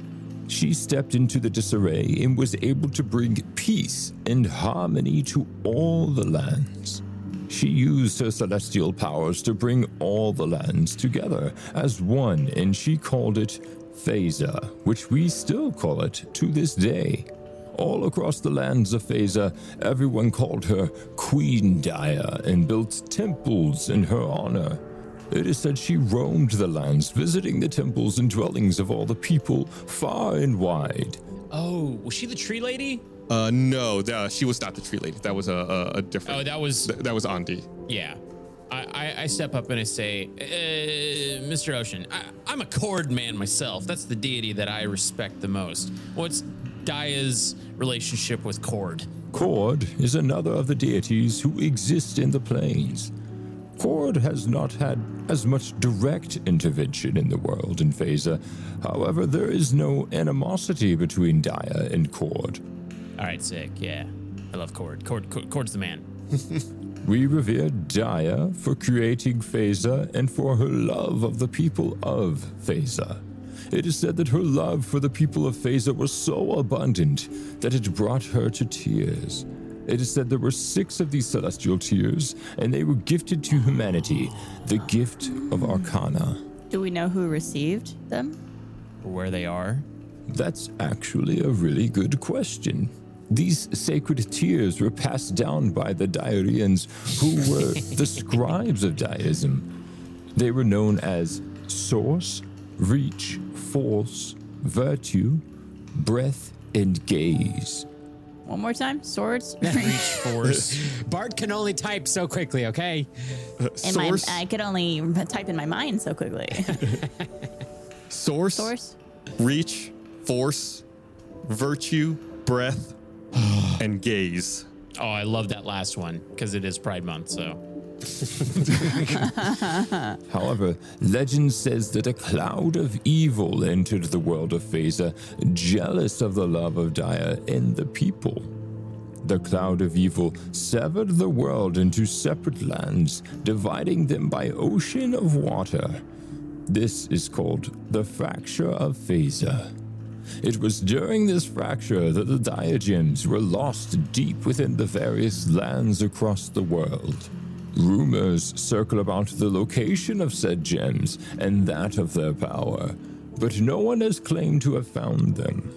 Speaker 14: She stepped into the disarray and was able to bring peace and harmony to all the lands. She used her celestial powers to bring all the lands together as one, and she called it Phaza, which we still call it to this day. All across the lands of Phaza, everyone called her Queen Daya and built temples in her honor. It is said she roamed the lands, visiting the temples and dwellings of all the people, far and wide.
Speaker 5: Oh, was she the tree lady?
Speaker 2: Uh, no, the, she was not the tree lady. That was a, a, a different.
Speaker 5: Oh, that was
Speaker 2: that was Andi.
Speaker 5: Yeah. I, I, I step up and I say, uh, Mr. Ocean, I, I'm a cord man myself. That's the deity that I respect the most. What's Daya's relationship with Cord?
Speaker 14: Kord is another of the deities who exist in the plains. Kord has not had as much direct intervention in the world in Phaza. However, there is no animosity between Daya and Kord.
Speaker 5: All right, sick. Yeah. I love Cord. Cord, Cord Cord's the man.
Speaker 14: We revere Daya for creating Phaza and for her love of the people of Phaza. It is said that her love for the people of Phaza was so abundant that it brought her to tears. It is said there were six of these celestial tears, and they were gifted to humanity, the gift of Arcana.
Speaker 10: Do we know who received them?
Speaker 5: Where they are?
Speaker 14: That's actually a really good question. These sacred tears were passed down by the Diarians, who
Speaker 5: [LAUGHS]
Speaker 14: were the scribes of Diaism. They were known as source, reach, force, virtue, breath, and gaze.
Speaker 10: One more time. Swords.
Speaker 3: [LAUGHS] Bart can only type so quickly, okay?
Speaker 10: And my, I could only type in my mind so quickly. [LAUGHS]
Speaker 2: Source,
Speaker 10: Source.
Speaker 2: reach, force, virtue,
Speaker 5: [SIGHS]
Speaker 2: breath, and gaze.
Speaker 5: Oh, I love that last one because it is Pride Month, so.
Speaker 14: However, legend says that a cloud of evil entered the world of Phaser, jealous of the love of Daya and the people. The cloud of evil severed the world into separate lands, dividing them by ocean of water. This is called the fracture of Phaser. It was during this fracture that the Diogenes were lost deep within the various lands across the world. Rumors circle about the location of said gems and that of their power, but no one has claimed to have found them.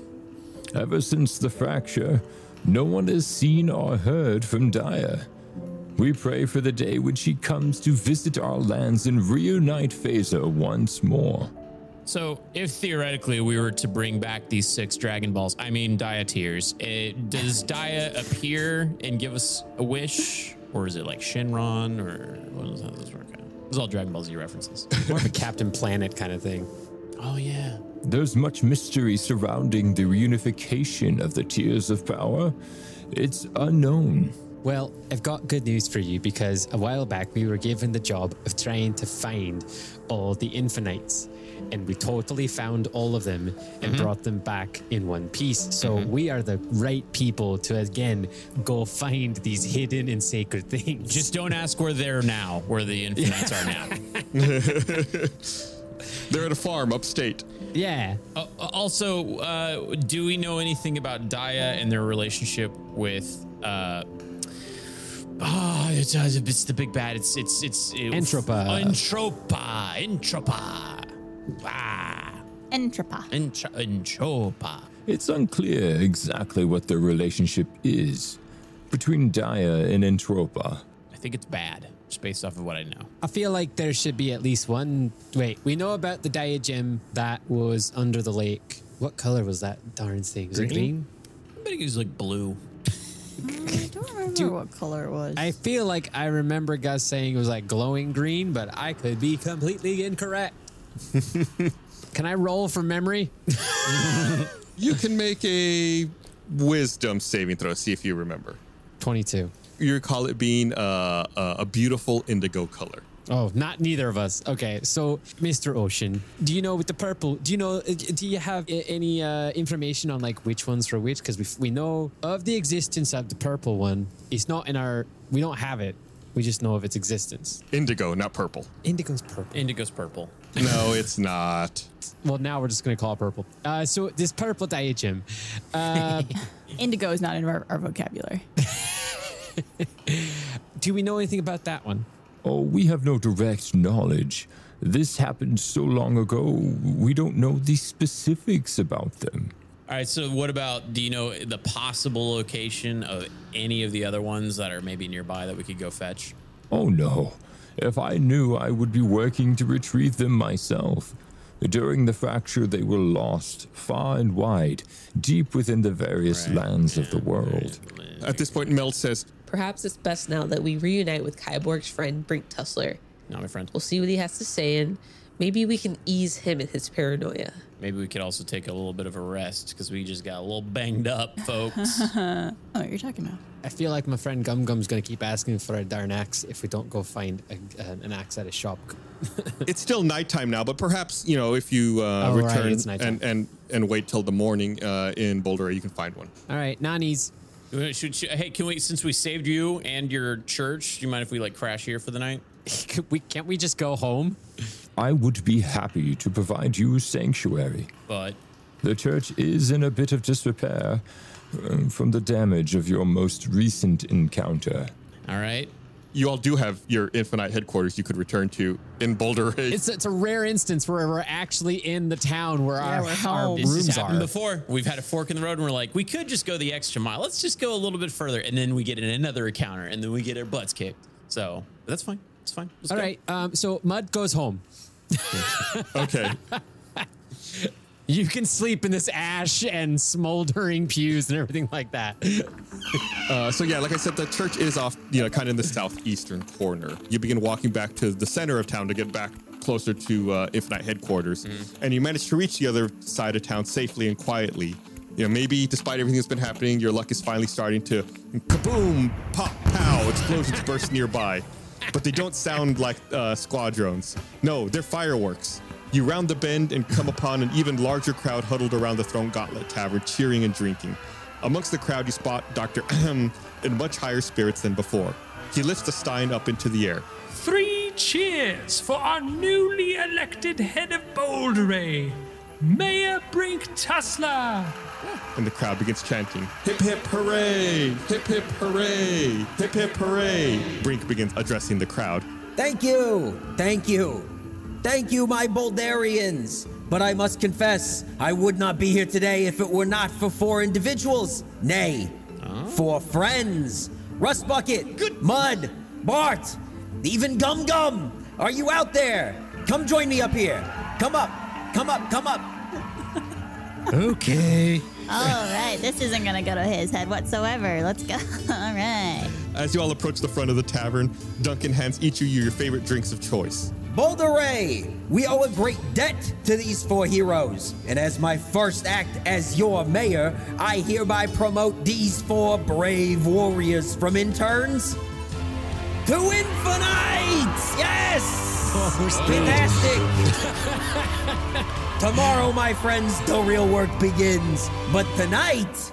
Speaker 14: Ever since the fracture, no one has seen or heard from Dyer. We pray for the day when she comes to visit our lands and reunite Phaser once more.
Speaker 5: So, if theoretically we were to bring back these six Dragon Balls, I mean Dia tears, it, does Dia appear and give us a wish, or is it like Shinron, or what does how does this work out? It's all Dragon Ball Z references.
Speaker 3: [LAUGHS] More of a Captain Planet kind of thing.
Speaker 5: Oh yeah.
Speaker 14: There's much mystery surrounding the reunification of the Tears of Power. It's unknown.
Speaker 3: Well, I've got good news for you because a while back we were given the job of trying to find all the infinites, and we totally found all of them and
Speaker 5: Mhm.
Speaker 3: brought them back in one piece. So we are the right people to again go find these hidden and sacred things.
Speaker 5: Just don't ask where they're now, where the infinites are now.
Speaker 2: They're at a farm upstate.
Speaker 3: Yeah.
Speaker 5: Uh, also, uh, do we know anything about Daya and their relationship with? Uh, oh, it's, uh, it's the big bad. It's it's it's it,
Speaker 3: Entropa.
Speaker 5: Entropa. Entropa. Ah.
Speaker 7: Entropa.
Speaker 5: Entro- Entropa.
Speaker 14: It's unclear exactly what their relationship is between Daya and Entropa.
Speaker 5: I think it's bad, just based off of what I know.
Speaker 3: [LAUGHS] I feel like there should be at least one. Wait, we know about the diagem that was under the lake. What color was that darn thing? Was it green?
Speaker 5: I think it was like blue.
Speaker 10: I don't remember what color it was.
Speaker 3: I feel like I remember Gus saying it was like glowing green, but I could be completely incorrect. Can I roll from memory?
Speaker 2: you can make a wisdom saving throw. See if you remember.
Speaker 3: 22.
Speaker 2: You recall it being uh, uh, a beautiful indigo color.
Speaker 3: Oh, not neither of us. Okay, so Mr. Ocean, do you know with the purple? Do you know? uh, Do you have a- any uh, information on like which ones for which? Because we we know of the existence of the purple one. It's not in our. We don't have it. We just know of its existence.
Speaker 2: Indigo, not purple.
Speaker 3: Indigo's purple.
Speaker 5: Indigo's purple.
Speaker 2: [LAUGHS] No, it's not.
Speaker 3: Well, now we're just gonna call it purple. Uh, so this purple diagem.
Speaker 5: [LAUGHS]
Speaker 3: Uh,
Speaker 10: Indigo is not in our, our vocabulary.
Speaker 3: do we know anything about that one?
Speaker 14: Oh, we have no direct knowledge. This happened so long ago, we don't know the specifics about them.
Speaker 5: All right. So, what about? Do you know the possible location of any of the other ones that are maybe nearby that we could go fetch?
Speaker 14: Oh no. If I knew, I would be working to retrieve them myself. During the fracture, they were lost far and wide, deep within the various lands of the world.
Speaker 2: At this point, Mel says,
Speaker 6: Perhaps it's best now that we reunite with Kyborg's friend Brink Tussler.
Speaker 5: Not my friend.
Speaker 6: We'll see what he has to say, and maybe we can ease him in his paranoia.
Speaker 5: Maybe we could also take a little bit of a rest because we just got a little banged up, [LAUGHS] folks.
Speaker 10: oh, you're talking about.
Speaker 3: I feel like my friend Gum Gum's gonna keep asking for a darn axe if we don't go find a, an an axe at a shop.
Speaker 2: it's still nighttime now, but perhaps you know if you uh,
Speaker 3: Oh, right,
Speaker 2: return
Speaker 3: it's nighttime.
Speaker 2: and, and and wait till the morning uh, in Boulder, you can find one.
Speaker 3: All right, nannies.
Speaker 5: Should, should, hey, can we? Since we saved you and your church, do you mind if we like crash here for the night?
Speaker 3: Could [LAUGHS] we can't we just go home?
Speaker 14: I would be happy to provide you sanctuary.
Speaker 5: But
Speaker 14: The church is in a bit of disrepair uh, from the damage of your most recent
Speaker 2: [LAUGHS]
Speaker 14: encounter.
Speaker 5: All right.
Speaker 2: You all do have your infinite headquarters you could return to in Boulder.
Speaker 3: It's it's a rare instance where we're actually in the town where our, our
Speaker 5: This has
Speaker 3: rooms
Speaker 5: happened
Speaker 3: are.
Speaker 5: before. We've had a fork in the road, and we're like, we could just go the extra mile. Let's just go a little bit further, and then we get in another encounter, and then we get our butts kicked. So but that's fine. It's fine. Let's
Speaker 3: All
Speaker 5: go.
Speaker 3: right, um, so Mud goes home.
Speaker 2: [LAUGHS] okay.
Speaker 3: [LAUGHS] You can sleep in this ash and smoldering pews and everything like that.
Speaker 2: Uh, so yeah, like I said, the church is off, you know, kind of in the southeastern corner. You begin walking back to the center of town to get back closer to uh, Infinite headquarters, and you manage to reach the other side of town safely and quietly. You know, maybe despite everything that's been happening, your luck is finally starting to kaboom, pop, pow, explosions burst nearby, but they don't sound like uh, squadrons. No, they're fireworks. You round the bend and come upon an even larger crowd huddled around the Throne Gauntlet Tavern, cheering and drinking. Amongst the crowd, you spot Dr. [CLEARS THROAT] in much higher spirits than before. He lifts the Stein up into the air.
Speaker 11: Three cheers for our newly elected head of Boulderay, Mayor Brink Tussler.
Speaker 2: and the crowd begins chanting, Hip hip hooray! Hip hip hooray! Hip hip hooray! Brink begins addressing the crowd.
Speaker 15: Thank you. Thank you. Thank you, my Boldarians. But I must confess, I would not be here today if it were not for four individuals. Nay, four friends. Rust Bucket, Good. Mud, Bart, even Gum Gum. Are you out there? Come join me up here. Come up. Come up. Come up.
Speaker 8: Okay.
Speaker 7: All right, this isn't gonna go to his head whatsoever. Let's go. [LAUGHS] All right. [LAUGHS]
Speaker 2: As you all approach the front of the tavern, Duncan hands each of you your favorite drinks of choice.
Speaker 15: Boulderay, we owe a great debt to these four heroes. And as my first act as your mayor, I hereby promote these four brave warriors from interns to infinites! Yes! Fantastic! Tomorrow, my friends, the real work begins. But tonight,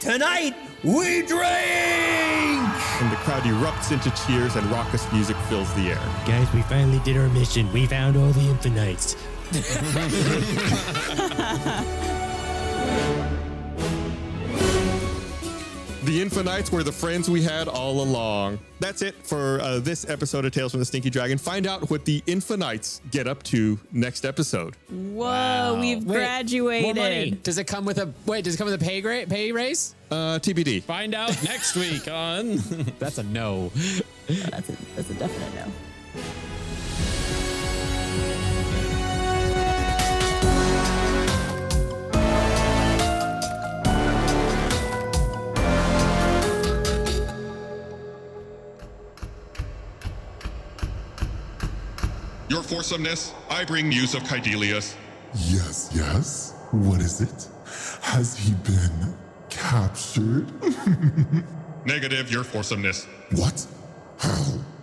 Speaker 15: tonight, we drink!
Speaker 2: And the crowd erupts into cheers and raucous music fills the air.
Speaker 12: Guys, we finally did our mission. We found all the Infinites.
Speaker 2: [LAUGHS] The Infinites were the friends we had all along. That's it for uh, this episode of Tales from the Stinky Dragon. Find out what the Infinites get up to next episode.
Speaker 10: Whoa, we've graduated.
Speaker 3: Does it come with a wait? Does it come with a pay grade, pay raise?
Speaker 2: Uh, TBD.
Speaker 5: Find out [LAUGHS] next week on. [LAUGHS] that's a no.
Speaker 10: That's a, that's a definite no.
Speaker 4: Your forsomeness, I bring news of Caedelius.
Speaker 12: Yes, yes. What is it? Has he been captured?
Speaker 4: Negative, your forsomeness.
Speaker 12: What?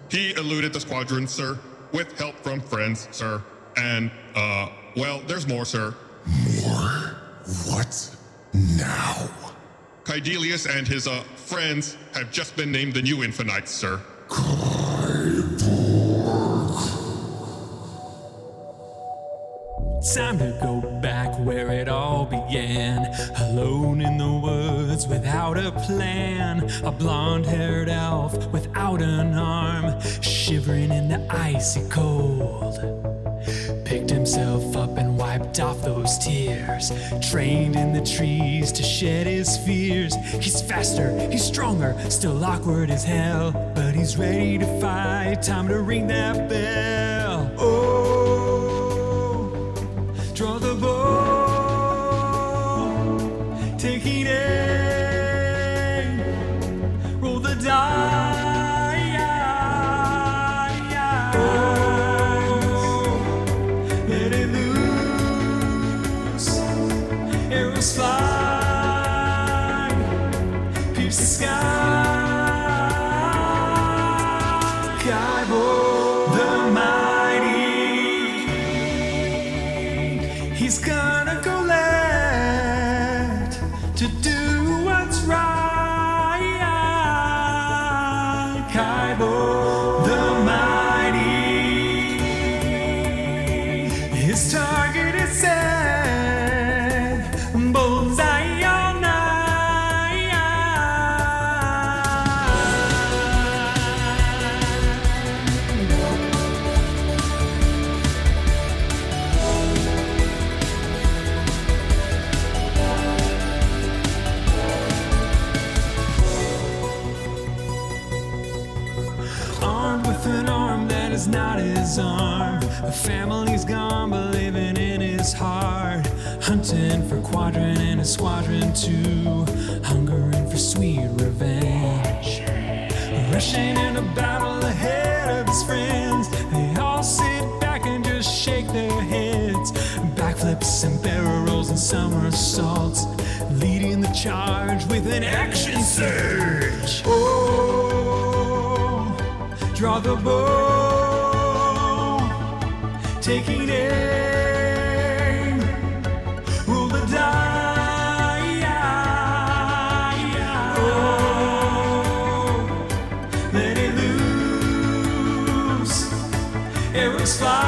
Speaker 4: He eluded the squadron, sir, with help from friends, sir. And, uh, well, there's more, sir.
Speaker 12: More? What? Now?
Speaker 4: Caedelius and his, uh, friends have just been named the new Infinites, sir.
Speaker 11: Time to go back where it all began. Alone in the woods without a plan. A blonde haired elf without an arm, shivering in the icy cold. Picked himself up and wiped off those tears. Trained in the trees to shed his fears. He's faster, he's stronger, still awkward as hell. But he's ready to fight. Time to ring that bell. Oh. Draw the bow, taking aim, roll the die. Let it loose, arrows fly, pierce the sky. Kaibo, the mighty, he's gonna go left to do what's right. Kaibo, the mighty, his target is set, bullseye all armed with an arm that is not his arm. A family's gone, but living in his heart. Hunting for quadrant and a squadron too. Hungering for sweet revenge. Rushing in a battle ahead of his friends. They all sit back and just shake their heads. Backflips and barrel rolls and somersaults. Leading the charge with an action surge. Oh, draw the bow, taking aim, roll the die. Oh, let it loose, arrows fly,